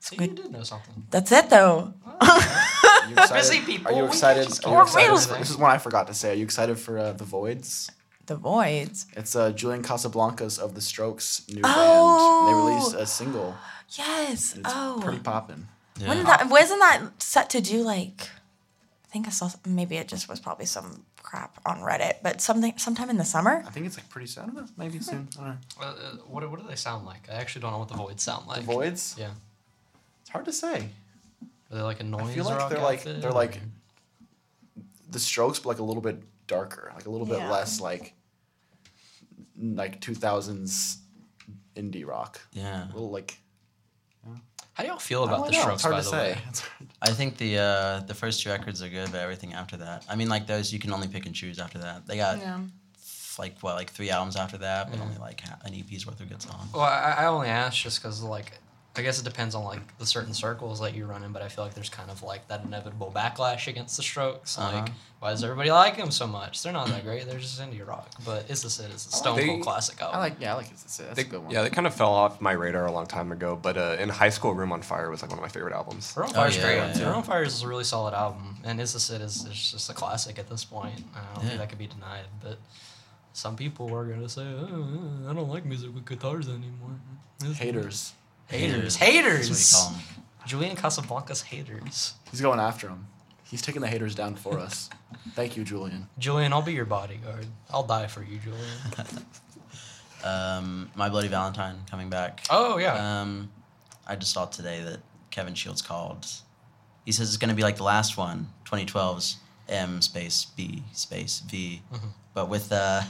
F: See, you did know something.
E: That's it though.
B: You excited-
F: Busy people,
B: Are
F: we
B: you
F: can
B: excited?
F: just
B: Are
F: go
B: you excited
F: around.
B: for, this is one I forgot to say. Are you excited for uh, the Voids?
E: The Voids.
B: It's uh, Julian Casablancas of the Strokes new band.
E: Oh.
B: They released a single.
E: Yes.
B: It's
E: Oh.
B: pretty poppin'.
E: When did that wasn't that set to do like I think I saw maybe it just was probably some crap on Reddit, but something sometime in the summer.
B: I think it's like pretty soon. I don't know. Maybe soon. I don't know.
F: Uh, uh, what, what do they sound like? I actually don't know what the Voids sound like.
B: Voids?
F: Hmm. Yeah.
B: It's hard to say.
F: Are they like a noise?
B: I feel
F: rock
B: like they're like
F: outfit,
B: they're
F: or-
B: like the Strokes, but like a little bit darker, like a little bit
E: Yeah.
B: less like like two thousands indie rock.
C: Yeah.
B: A little like
F: How do y'all feel
B: I
F: about
B: don't
F: the
B: know,
F: Strokes?
B: It's hard
F: by
B: to
F: the
B: say.
F: way,
B: It's hard.
C: I think the uh, the first two records are good, but everything after that. I mean, like those you can only pick and choose after that. They got f- like what, like three albums after that, but only like ha- an EP's worth of good songs.
F: Well, I, I only ask just because, like, I guess it depends on like the certain circles that you run in, but I feel like there's kind of like that inevitable backlash against the Strokes. Like,
C: Uh-huh.
F: why does everybody like them so much? They're not that great. They're just indie rock. But it's a it's a Stone
D: They-
F: Cold classic album.
B: I like yeah, I like it. That's, that's
D: They-
B: a good one.
D: yeah, they kind of fell off my radar a long time ago, but uh, in high school, Room on Fire was like one of my favorite albums.
F: Her on Fire's
C: Oh, yeah,
F: great.
C: yeah,
F: Her
C: yeah.
F: on Fire is a really solid album, and Is This It is, is just a classic at this point. I don't
C: Yeah.
F: think that could be denied, but some people are gonna say, oh, I don't like music with guitars anymore. It's-
B: Haters.
F: haters,
C: Haters, that's what
F: haters.
C: you call 'em.
F: Julian Casablancas haters.
B: He's going after him. He's taking the haters down for us. Thank you, Julian.
F: Julian, I'll be your bodyguard. I'll die for you, Julian.
C: Um, My Bloody Valentine coming back.
F: Oh yeah.
C: Um, I just saw today that Kevin Shields called. He says it's going to be like the last one, 2012's M space B space V,
F: Mm-hmm.
C: but with uh,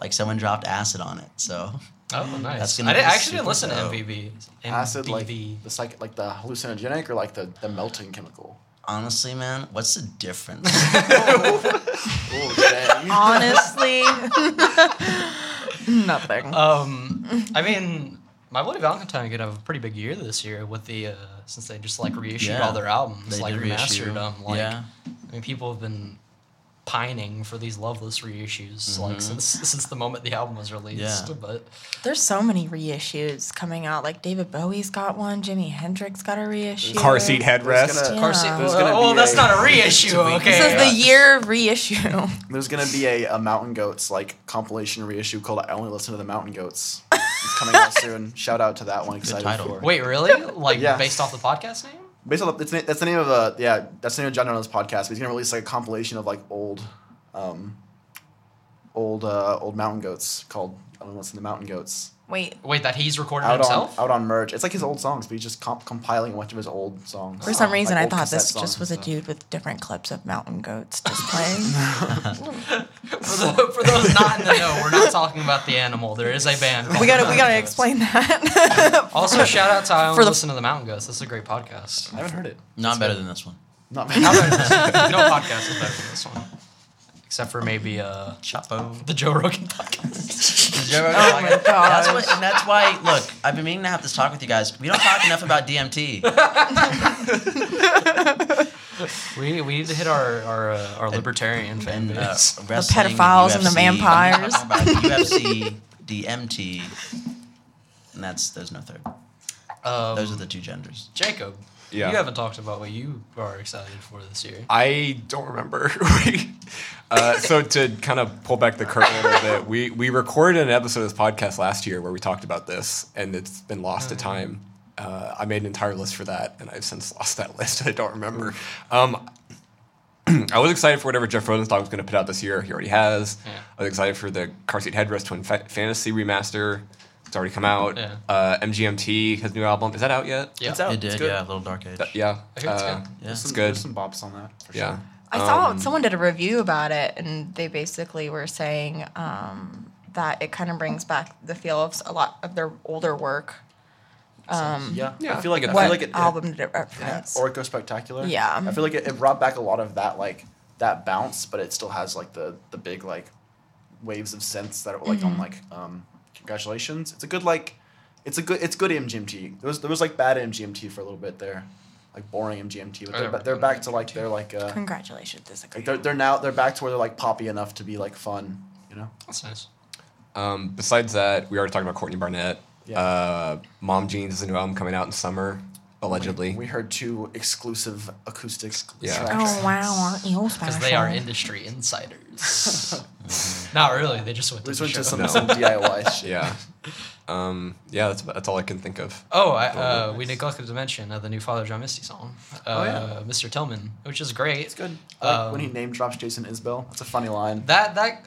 C: like someone dropped acid on it. So
F: oh nice.
C: that's gonna
F: I did,
C: be
F: I actually didn't
C: super
F: listen
C: dope.
F: to MVB.
B: Acid like the
F: MVB.
B: psych, like the hallucinogenic or like the, the melting chemical.
C: honestly, man, what's the difference? [LAUGHS]
B: [LAUGHS] Oh, dang.
E: [LAUGHS] Honestly, nothing.
F: Um, I mean, My Bloody Valentine could have a pretty big year this year with the uh, since they just like reissued
C: Yeah.
F: all their albums,
C: They
F: like
C: did reissue.
F: remastered them. Like,
C: Yeah.
F: I mean, people have been pining for these loveless reissues like since since the moment the album was released.
C: Mm-hmm. Yeah.
F: But
E: There's so many reissues coming out. Like David Bowie's got one. Jimi Hendrix got a reissue.
D: Car seat
B: There's [LAUGHS]
D: headrest.
B: gonna,
E: Yeah.
F: Car seat-
B: There's gonna
F: oh,
B: be
F: that's
B: a-
F: not a reissue. okay,
E: This is the year of reissue. [LAUGHS]
B: there's gonna be a, a Mountain Goats like compilation reissue called "I Only Listen to the Mountain Goats." It's coming
F: [LAUGHS]
B: out soon. Shout out to that one. Excited
C: title.
B: for.
F: wait, really? Like
B: Yeah.
F: based off the podcast name?
B: Based on the, it's, na- that's the name of a yeah that's the name of John Donovan's podcast. But he's gonna release like a compilation of like old, um, old uh, old Mountain Goats called "I Only Listen to the Mountain Goats."
E: Wait,
F: Wait, that he's recorded
B: Out
F: himself.
B: on out on merge. It's like his old songs, but he's just comp- compiling a bunch of his old songs.
E: for some
B: Like
E: reason I
B: old
E: thought this
B: cassette
E: just
B: songs
E: was a
B: and stuff.
E: dude with different clips of mountain goats
B: [LAUGHS]
E: just playing.
F: for, tho- for those not in the know, we're not talking about the animal. There is a band.
E: we
F: called
E: gotta we
F: Mountain
E: gotta
F: Goats.
B: [LAUGHS]
E: explain that. [LAUGHS]
F: Also, shout out to I
E: For the-
F: listen to the Mountain Ghosts. This is a great
B: [LAUGHS]
F: podcast.
B: I haven't heard it.
C: Not better than this one.
B: Not [LAUGHS]
F: Not better than this one. no podcast is better than this one, except for maybe uh,
C: Chapo.
F: the Joe Rogan podcast.
C: oh my god. That's what, and that's why. Look, I've been meaning to have this talk with you guys. We don't talk enough about
E: [LAUGHS]
C: DMT.
F: We, we need to hit our our, uh, our libertarian fan
C: and uh,
F: base.
C: wrestling
E: pedophiles and the
C: UFC.
E: vampires.
C: I'm talking about
E: [LAUGHS]
C: UFC, DMT, and that's there's no third.
F: Um,
C: Those are the two genders.
F: Jacob.
D: Yeah.
F: You haven't talked about what you are excited for this year.
D: I don't remember. [LAUGHS] We- uh, so to kind of pull back the curtain a little bit, we we recorded an episode of this podcast last year where we talked about this, and it's been lost
F: Mm-hmm.
D: to time. Uh, I made an entire list for that, and I've since lost that [LAUGHS] list. I don't remember. Um, [CLEARS THROAT] I was excited for whatever Jeff Rosenstock was going to put out this year. He already has.
F: Yeah.
D: I was excited for the Car Seat Headrest Twin Fa- Fantasy remaster. It's already come out.
F: Yeah.
D: Uh, MGMT, his new album. Is that out yet?
F: Yeah.
B: It's out.
E: Um,
C: it
B: It's
C: did,
B: good.
C: yeah. A little dark age.
D: That- yeah.
F: I hear it's
D: Uh,
F: good.
C: yeah.
B: Some,
D: good.
B: There's some bops on that. For
D: Yeah.
B: Sure.
E: I saw
B: Um,
E: someone did a review about it, and they basically were saying um, that it kind of brings back the feel of s- a lot of their older work. Um,
B: Yeah.
D: Yeah.
B: I feel like it. I
E: what
B: feel like it.
E: album did it
B: Yeah.
E: reference?
B: Orco Spectacular.
E: Yeah.
B: I feel like it, it brought back a lot of that like that bounce, but it still has like the the big like waves of sense that are like
E: Mm-hmm.
B: on like um congratulations. It's a good like it's a good it's good MGMT. There was there was like bad MGMT for a little bit there. Like boring MGMT, but
F: I
B: they're,
F: never
B: ba- they're
F: heard
B: back
F: of
B: to like they're like uh
E: Congratulations, this is a
B: like
E: great
B: they're, they're now they're back to where they're like poppy enough to be like fun, you know?
F: That's nice.
D: Um, besides that, we already talked about Courtney Barnett.
B: Yeah.
D: Uh, Mom Jeans is a new album coming out in summer, allegedly.
B: We heard two exclusive acoustic
D: Yeah.
B: tracks.
E: Oh wow,
B: [LAUGHS]
E: aren't you special?
F: Because they are industry insiders. Not really. They just went to
B: This
F: the
B: Mm-hmm. went
F: show.
B: to some,
D: No.
B: some
D: [LAUGHS]
B: DIY shit.
D: [LAUGHS] yeah. Um, yeah, that's, about- that's all I can think of.
F: Oh, I, uh, we neglected to mention uh, the new Father John Misty song, uh,
B: Oh, yeah.
F: Mr. Tillman, which is great.
B: It's good. I like when he
F: Um,
B: name drops Jason Isbell, that's a funny line.
F: That that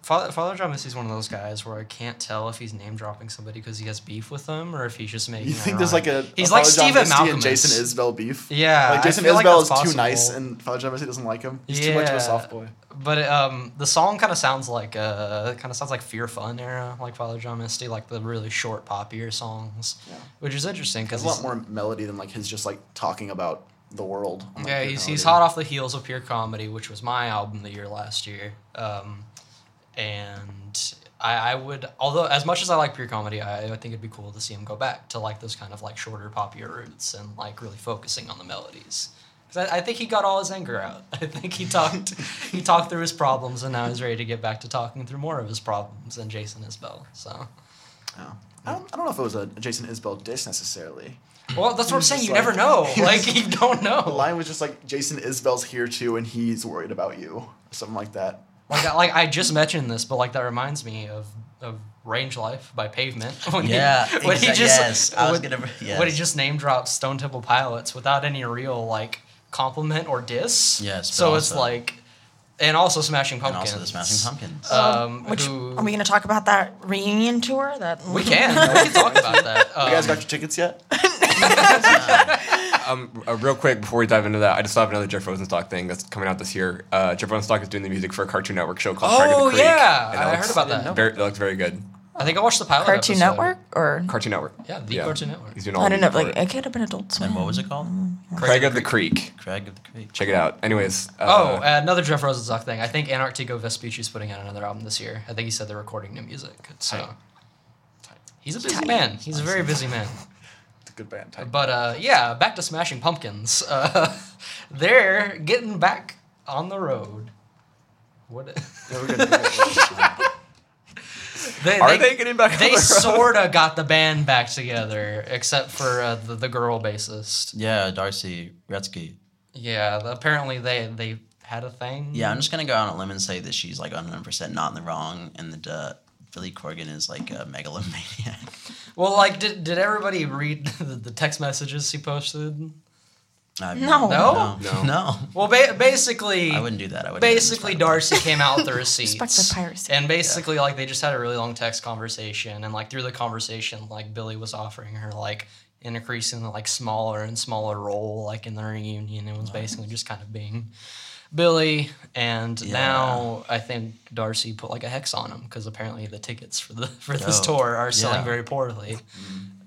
F: Father, Father John Misty's one of those guys where I can't tell if he's name dropping somebody because he has beef with them or if he's just making.
B: You
F: it
B: think there's like
F: ironic.
B: a
F: he's
B: a
F: like
B: Father John
F: Stephen
B: Misty
F: Malcolm
B: and Jason Isbell beef?
F: Yeah,
B: like
F: I
B: Jason
F: feel like
B: Isbell
F: that's
B: is too
F: possible.
B: nice, and Father John Misty doesn't like him. He's too much of a soft boy.
F: But um, the song kind of sounds like uh, kind of sounds like Fear Fun era, like Father John Misty, like the really short poppier songs,
B: Yeah.
F: which is interesting
B: Has
F: because
B: a lot more melody than like his just like talking about the world. on, like,
F: Yeah,
B: pure
F: he's, he's
B: comedy.
F: hot off the heels of Pure Comedy, which was my album the year last year. Um, and I, I would, although as much as I like Pure Comedy, I, I think it'd be cool to see him go back to like those kind of like shorter, popular roots and like really focusing on the melodies. Because I, I think he got all his anger out. [LAUGHS] I think he talked he talked through his problems, and now he's ready to get back to talking through more of his problems. And Jason Isbell, so.
B: Yeah. I don't, I don't know if it was a Jason Isbell diss necessarily.
F: Well, that's what I'm
B: was
F: saying.
B: just
F: You
B: like- [LAUGHS]
F: never know.
B: he was-
F: Like you don't
B: The
F: know.
B: line was just like Jason Isbell's here too, and he's worried about you, or something like that.
F: Like, I- like I just mentioned this, but like that reminds me of of Range Life by Pavement. [LAUGHS] When
C: Yeah,
F: he, when he
C: exa-
F: just
C: yes, I was
F: when-
C: gonna-
F: when he
C: yes.
F: just name drops Stone Temple Pilots without any real like compliment or diss.
C: Yes, but
F: so it's
C: also-
F: like, and also Smashing
C: and
F: Pumpkins.
C: also the Smashing Pumpkins.
F: Um,
E: Which
F: who-
E: are we gonna talk about that reunion tour? That
F: we can we can talk about that. Um,
B: You guys got your tickets yet?
D: Um, uh, real quick, before we dive into that, I just have another Jeff Rosenstock thing that's coming out this year. Uh, Jeff Rosenstock is doing the music for a Cartoon Network show called Craig of the
F: oh
D: Creek.
F: yeah,
D: and that
F: I
D: looks
F: heard about that.
D: Very, that looks very good.
F: I think I watched the pilot.
E: Cartoon
F: episode.
E: Network or
D: Cartoon Network.
F: Yeah, the Cartoon Network.
D: He's doing all
E: I don't know,
D: the music
E: like
D: for it.
E: it could have been Adult Swim.
C: and what was it called?
E: mm.
D: Craig of the Creek.
C: Craig of the Creek.
D: Check it out. Anyways.
F: Oh,
D: Uh,
F: another Jeff Rosenstock thing. I think Anarctico Vespucci's putting out another album this year. I think he said they're recording new music. So He's a busy
E: Tight.
F: man. He's a very busy man.
B: It's a good band. type.
F: But uh, yeah, back to Smashing Pumpkins. Uh, [LAUGHS] they're getting back on the road. What?
B: Yeah, we're good.
D: Are they, getting back? on
F: [LAUGHS] They
D: the road?
F: sort of got the band back together, except for uh, the, the girl bassist.
C: Yeah, Darcy Gretzky.
F: Yeah, the- apparently they they had a thing.
C: Yeah, I'm just gonna go out on a limb and say that she's like 100 percent not in the wrong, and that uh, Billy Corgan is like a megalomaniac.
F: Well, like, did, did everybody read [LAUGHS] the, the text messages he posted?
C: I've-
E: No.
F: No?
C: no, no.
F: Well, ba- basically,
C: I wouldn't do that. I would
F: basically Darcy came
E: [LAUGHS]
F: out with the receipts.
E: Respect the piracy.
F: And basically, like, they just had a really long text conversation, and like through the conversation, like Billy was offering her like an increasingly like smaller and smaller role, like in the reunion. It was basically just kind of being Billy, and now I think Darcy put like a hex on him because apparently the tickets for the for this
C: Oh,
F: tour are selling
C: yeah. Mm.
F: very poorly.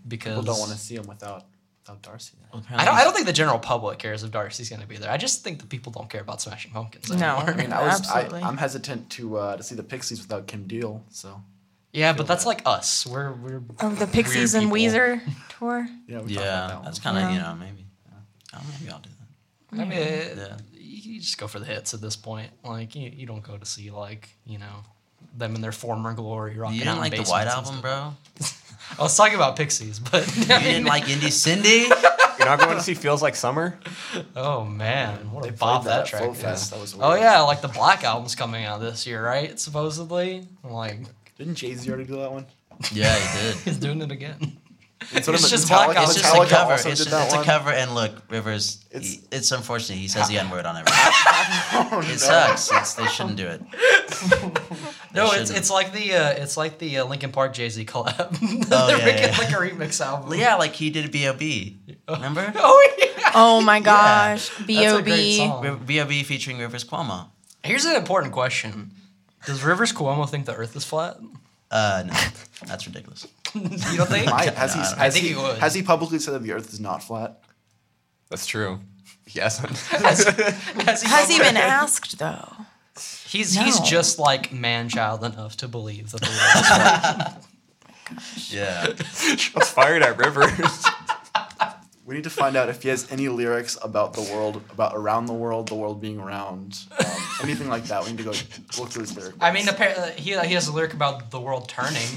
F: Because
B: People don't want to see him without without Darcy.
F: I don't, I don't think the general public cares if Darcy's going to be there. I just think the people don't care about Smashing Pumpkins.
E: No,
F: anymore.
E: I mean,
B: I was, I,
E: absolutely.
B: I'm hesitant to uh, to see the Pixies without Kim Deal. So
F: Yeah, but that's like us. We're we're
E: oh, the Pixies
F: weird
E: and
F: people.
E: Weezer tour.
B: yeah, we talked about that
C: Yeah,
B: one.
C: that's kind of you know maybe. Oh, maybe I'll do that.
F: I mean,
C: Yeah.
F: you you just go for the hits at this point. Like you, you don't go to see like you know them in their former glory. Rocking
C: You didn't
F: out
C: like the
F: in
C: White
F: basements and
C: Album, bro.
F: stuff. I was talking about Pixies, but
C: [LAUGHS] You didn't like Indie Cindy.
D: [LAUGHS] You're not going to see Feels Like Summer?
F: [LAUGHS] oh man, what a
B: They
F: bop
B: played that
F: that,
B: at
F: track
B: Flow
F: is.
B: Fest. That was
F: oh
B: weird.
F: yeah, like the Black Album's coming out this year, right? Supposedly, I'm like [LAUGHS]
B: Didn't Jay Z already do that one?
C: [LAUGHS] yeah, you did. [LAUGHS]
F: he's doing it again.
B: It's,
F: just Black Album.
C: It's just a
F: Metallica
C: cover. It's,
B: also
C: just,
B: did that
C: it's a
B: one.
C: cover, and look, Rivers. he- It's, Oh,
B: It's-
C: unfortunate. He says the [LAUGHS] N word on everything. it sucks. It's, they shouldn't do [LAUGHS] it. They
F: No, it's
C: shouldn't.
F: it's like the uh, it's like the uh, Linkin Park Jay Z collab. [LAUGHS]
C: Oh,
F: They're
C: yeah,
F: making
C: yeah.
F: like a remix album.
C: yeah, like he did B.O.B. [LAUGHS] Remember?
F: [LAUGHS] Oh yeah.
E: Oh my gosh,
F: That's a great
E: B.O.B.
F: song.
C: Ri- B.O.B. featuring Rivers Cuomo.
F: Here's an important question. Does Rivers Cuomo think the Earth is flat?
C: Uh, [LAUGHS] no, that's ridiculous.
F: You don't think?
B: Why- has he,
C: I don't
B: has,
F: think
B: he,
F: he would.
B: has he publicly said that the Earth is not flat?
D: That's true. Yes. [LAUGHS]
F: Has he?
E: Has he
F: [LAUGHS]
E: been asked though? Uh,
F: He's he's
E: No.
F: just like man child enough to believe that the world. Is
C: Yeah. [LAUGHS]
D: I was fired at Rivers. [LAUGHS]
B: We need to find out if he has any lyrics about the world, about around the world, the world being round, um, anything like that. We need to go look through his lyrics.
F: I mean, apparently he he has a lyric about the world turning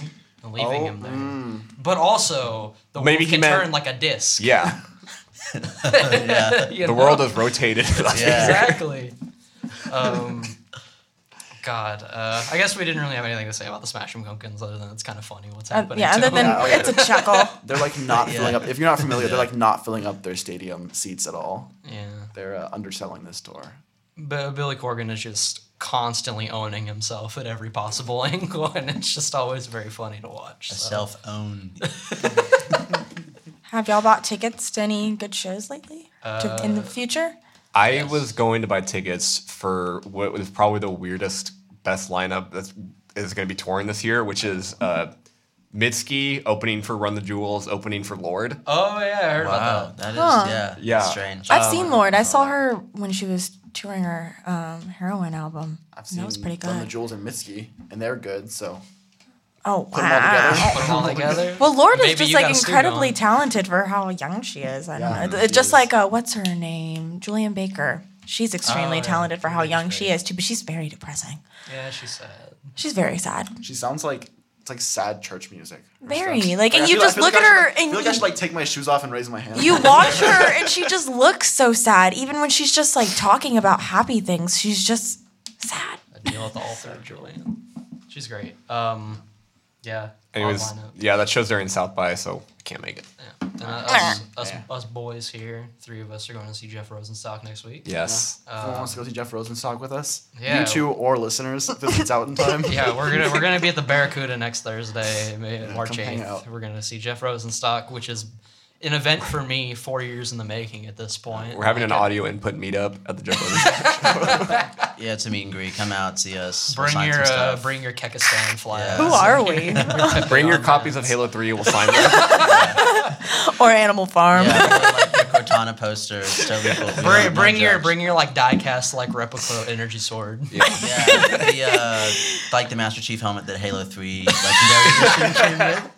F: and leaving
B: Oh,
F: him there, but also the world
D: Maybe he
F: can
D: meant-
F: turn like a disc.
D: yeah.
C: Yeah.
F: [LAUGHS]
D: The
F: You know?
D: world is rotated. [LAUGHS]
C: Yeah.
F: exactly. um, God, uh, I guess we didn't really have anything to say about the Smashing Pumpkins other than it's kind of funny what's
E: Uh,
F: happening.
E: yeah,
F: to
E: other
F: them.
E: than
B: Yeah, oh, yeah.
E: it's a chuckle.
B: they're like not
C: Yeah.
B: filling up. If you're not familiar, they're like not filling up their stadium seats at all.
F: yeah.
B: They're uh, underselling this tour.
F: B- Billy Corgan is just constantly owning himself at every possible [LAUGHS] angle, and it's just always very funny to watch. so.
C: Self owned.
E: Have y'all bought tickets to any good shows lately? to, in the future?
D: I was going to buy tickets for what was probably the weirdest best lineup that is going to be touring this year, which is uh, Mitski opening for Run the Jewels, opening for Lord.
F: Oh yeah, I heard about
C: Wow.
F: that.
C: That is,
E: Huh.
C: yeah.
D: Yeah.
C: Strange.
E: I've seen Lord. I saw her when she was touring her um, heroin album.
B: I've
E: And
B: seen
E: that was pretty
B: Run the
E: good.
B: Jewels and Mitski, and they're good. So
E: Oh
B: put them all together.
E: wow.
F: Put
E: [LAUGHS]
F: them all together.
E: Well, Lord
F: Maybe
E: is just
F: you
E: like
F: got a stew
E: incredibly
F: going.
E: talented for how young she is. I
B: Yeah,
E: don't know.
B: she
E: It's just
B: is.
E: like uh, what's her name, Julian Baker. She's extremely
F: yeah.
E: talented for how young she is too, but she's very depressing.
F: yeah, she said.
E: She's very sad.
B: She sounds like it's like sad church music. or
E: Very,
B: stuff.
E: like, and
B: I
E: you
B: feel- I
E: just
B: feel
E: look
B: like
E: at
B: I
E: her
B: should- I
E: and
B: feel like I
E: you-
B: should like take my shoes off and raise my hand. [LAUGHS]
E: You watch her and she just looks so sad. Even when she's just like talking about happy things, she's just sad.
F: I deal with the author, Julian. She's great. Um, yeah.
D: Anyways,
F: odd lineup.
D: yeah, that shows they're in South by, so I can't make it.
F: Yeah. And, uh, us, us,
B: Yeah.
F: us boys here, three of us are going to see Jeff Rosenstock next week.
D: Yes.
B: If Anyone wants to go see Jeff Rosenstock with us?
F: Yeah.
B: You two or listeners, if it's out in time.
F: Yeah, we're gonna we're gonna be at the Barracuda next Thursday, May- March
B: come hang
F: eighth.
B: out.
F: We're gonna see Jeff Rosenstock, which is an event for me four years in the making at this point.
D: We're having an
F: Like, uh,
D: audio input meetup at the Jeff
C: Yeah, it's a meet and greet. Come out, see us. we'll
F: Bring
C: sign some
F: your uh,
C: stuff.
F: bring your Kekistan flag.
C: Yeah.
E: Who
F: [LAUGHS]
E: are
B: [LAUGHS]
E: we?
D: Rosenstock. Bring
F: Oh,
D: your copies of Halo 3, we'll sign them.
E: or Animal Farm?
C: yeah,
F: [LAUGHS]
C: we'll, like your Cortana poster. It's totally cool. We don't-
F: Bring,
C: no
F: bring your
C: judge.
F: bring your like diecast like replica energy sword. [LAUGHS]
C: Yeah, the, uh, like the Master Chief helmet that Halo Three Legendary Edition came with.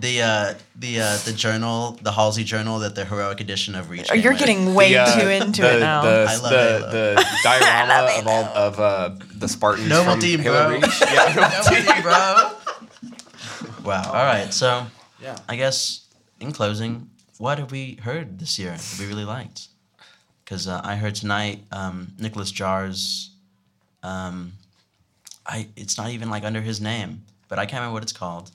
C: the uh, the uh, the journal, the Halsey journal that the heroic edition of Reach. came
E: You're
C: with.
E: getting way
D: The, uh,
E: too into
D: the-
E: it now.
D: The,
C: I love
D: the,
C: Halo.
D: the diorama of all of uh, the Spartans
C: Noble
D: from
C: team,
D: Halo
C: bro.
D: Reach. Yeah, Noble
C: That was
D: team.
C: me, bro. Wow. All right. So
B: Yeah.
C: I guess in closing, what have we heard this year that we really liked? Because uh, I heard tonight um, Nicholas Jars. Um, I it's not even like under his name, but I can't remember what it's called.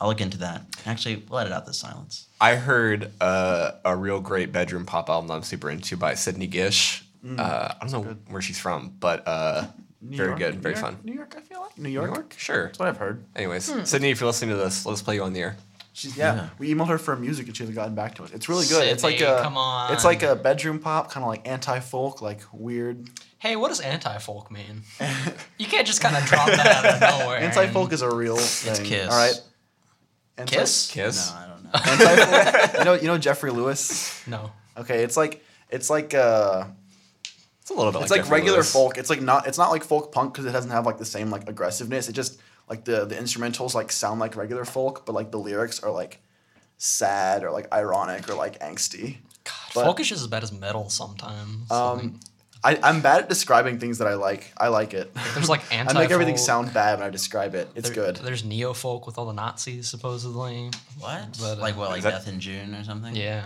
C: I'll look into that. Actually, we'll edit out the silence.
D: I heard uh, a real great bedroom pop album that I'm super into by Sydney Gish. Uh, I don't know where she's from, but uh, very
B: York,
D: good,
B: Mm, New
D: very
B: York,
D: fun.
B: New York, I feel like New
D: New
B: York.
D: York? Sure.
B: That's what I've heard.
D: Anyways, Sydney, if you're listening to this, let's play you on the air.
B: She's yeah.
C: Yeah.
B: We emailed her for music and she hasn't gotten back to us. It's really good. it's like
F: Sydney,
B: a
F: come on.
B: it's like a bedroom pop, kind of like anti folk, like weird.
F: Hey, what does anti
B: [LAUGHS]
F: folk mean? you can't just kind of drop that out of nowhere.
B: Anti folk is a real thing.
C: Kiss.
B: All right. Anti-
F: Kiss?
D: Kiss.
C: I don't know.
B: Anti-folk. you know, you know Jeffrey Lewis.
F: No.
B: Okay, it's like it's like uh,
D: It's a little bit.
B: it's
D: like,
B: like
D: Jeffrey
B: regular
D: Lewis.
B: folk. It's like not it's not like folk punk because it doesn't have like the same like aggressiveness. It just like the the instrumentals like sound like regular folk, but like the lyrics are like sad or like ironic or like angsty.
F: God,
B: But-
F: folk is just as bad as metal sometimes.
B: Um, I, I'm bad at describing things that I like. I like it.
F: There's like
B: I
F: anti.
B: make everything sound bad when I describe it. It's good.
F: There's neo folk with all the Nazis supposedly.
C: What?
F: But, uh,
C: like what? Like
D: that-
C: Death in June or something?
F: Yeah.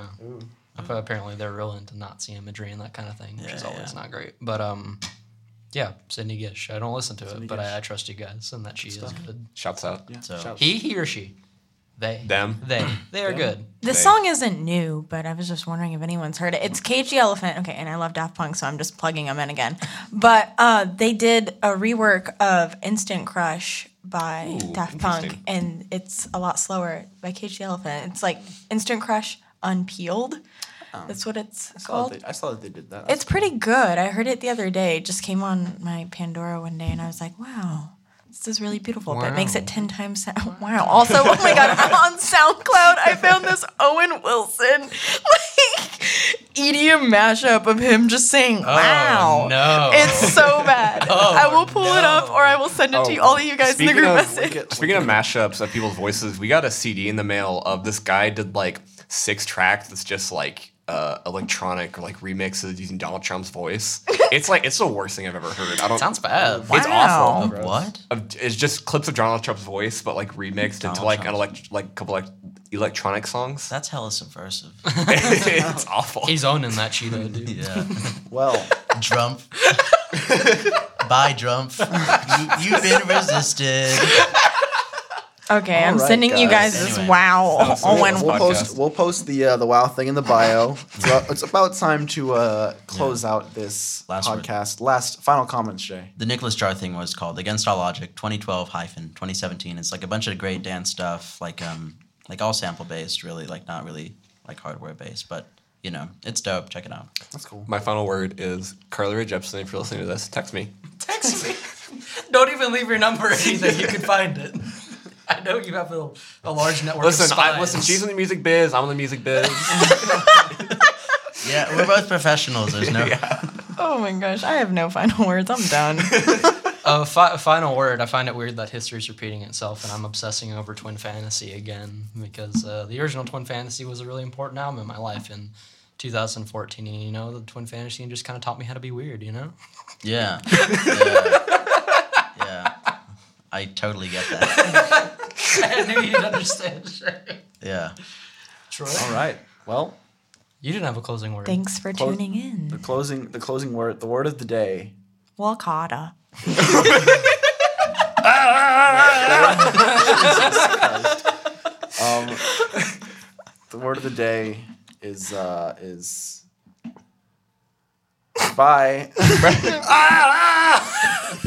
F: Ap- Apparently they're real into Nazi imagery and that kind of thing, which is
C: Yeah,
F: always
C: yeah.
F: not great. But um, yeah, Sydney Gish. I don't listen to it, but I, I trust you guys and that she is good.
D: Shouts out.
C: So-
B: Shout-
F: He, he or she, they,
D: Them.
F: they, they are good.
E: This
D: They-
E: song isn't new, but I was just wondering if anyone's heard it. It's Cage the Elephant. Okay, and I love Daft Punk, so I'm just plugging them
D: [LAUGHS]
E: in again. But uh, they did a rework of Instant Crush by
D: Ooh,
E: Daft Punk,
D: interesting.
E: and it's a lot slower by Cage the Elephant. It's like Instant Crush Unpeeled.
D: Um,
E: That's what it's
B: saw
E: called.
B: that they- I saw that they did that.
E: It's pretty good. I heard it the other day. It just came on my Pandora one day, and I was like, wow. This is really beautiful, but it makes it 10 times. Sa- [LAUGHS] wow. Also, oh my God, on SoundCloud, I found this Owen Wilson, [LAUGHS] like, EDM mashup of him just saying, wow.
F: no.
E: It's so bad. I will pull it up or I will send it to
B: Oh,
E: you, all of you guys in the
D: Speaking
E: group
D: of, [LAUGHS]
E: message.
D: speaking of mashups of people's voices, we got a CD in the mail of this guy did like six tracks that's just like uh, electronic or like remixes using Donald Trump's voice. it's like it's the worst thing I've ever heard. I don't.
F: Sounds bad.
D: It's awful.
C: Of what?
D: Of- It's just clips of Donald Trump's voice, but like remixed into
C: Donald
D: like an
C: Trump's
D: elect- like couple like electronic songs.
C: That's hella subversive.
D: [LAUGHS] it's awful.
F: He's owning that cheetah, [LAUGHS] dude.
C: yeah.
B: well,
C: Drump. Bye, Drump. You, you've been resisted.
E: Okay, I'm
B: right,
E: sending you
B: guys.
E: guys this
C: Anyway.
E: wow
D: so
E: Owen
D: this
B: we'll
D: podcast.
B: post we'll post the uh, the wow thing in the bio. It's about, it's about time to uh, close out this
C: Last word.
B: podcast. Last final comments, Jay.
C: The Nicholas Jar thing was called Against All Logic 2012 hyphen 2017. It's like a bunch of great dance stuff, like um, like all sample based, really, like not really like hardware based, but you know, it's dope. Check it out.
B: That's cool.
D: My final word is Carly Rae Jepsen. If you're listening to this, text me.
F: Text me. [LAUGHS] Don't even leave your number or anything. You can find it. [LAUGHS] I know you have a, a large network. of
D: Listen,
F: spies.
D: I, listen. She's in the music biz. I'm in the music
F: [LAUGHS]
D: biz.
C: [LAUGHS]
D: [LAUGHS]
C: Yeah, we're both professionals. There's
F: [LAUGHS]
C: no.
E: Oh my gosh, I have no final words. I'm done.
F: Uh, fi- final word. I find it weird that history's repeating itself, and I'm obsessing over Twin Fantasy again because uh, the original Twin Fantasy was a really important album in my life in 2014. And you know, the Twin Fantasy just kind of taught me how to be weird. You know, [LAUGHS]
C: Yeah. Yeah. yeah. I totally get that.
F: I knew you'd understand. [LAUGHS] Shay.
C: Yeah.
F: Troy,
B: All right. Well,
F: you didn't have a closing word.
E: Thanks for
B: Close-
E: tuning
B: the
E: in.
B: closing the closing word the word of the day.
E: Wakata.
B: Um, the word of the day is uh, is bye.
D: Ah,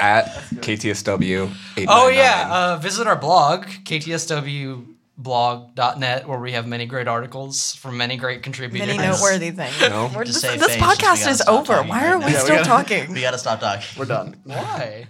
D: at KTSW.
F: Oh yeah, uh, visit our blog ktSWblog.net where we have many great articles from many great contributors.
E: Many noteworthy
C: [LAUGHS]
E: things.
D: No.
E: We're
C: Just
E: just-
C: say
E: this
C: things, just we
E: podcast
C: gotta
E: is
C: stop
E: over.
C: talking
E: Why
C: right
E: are
C: now.
E: we
C: Yeah, we
E: still
B: gotta-
E: talking?
C: We got to stop talking.
B: We're done.
F: Why?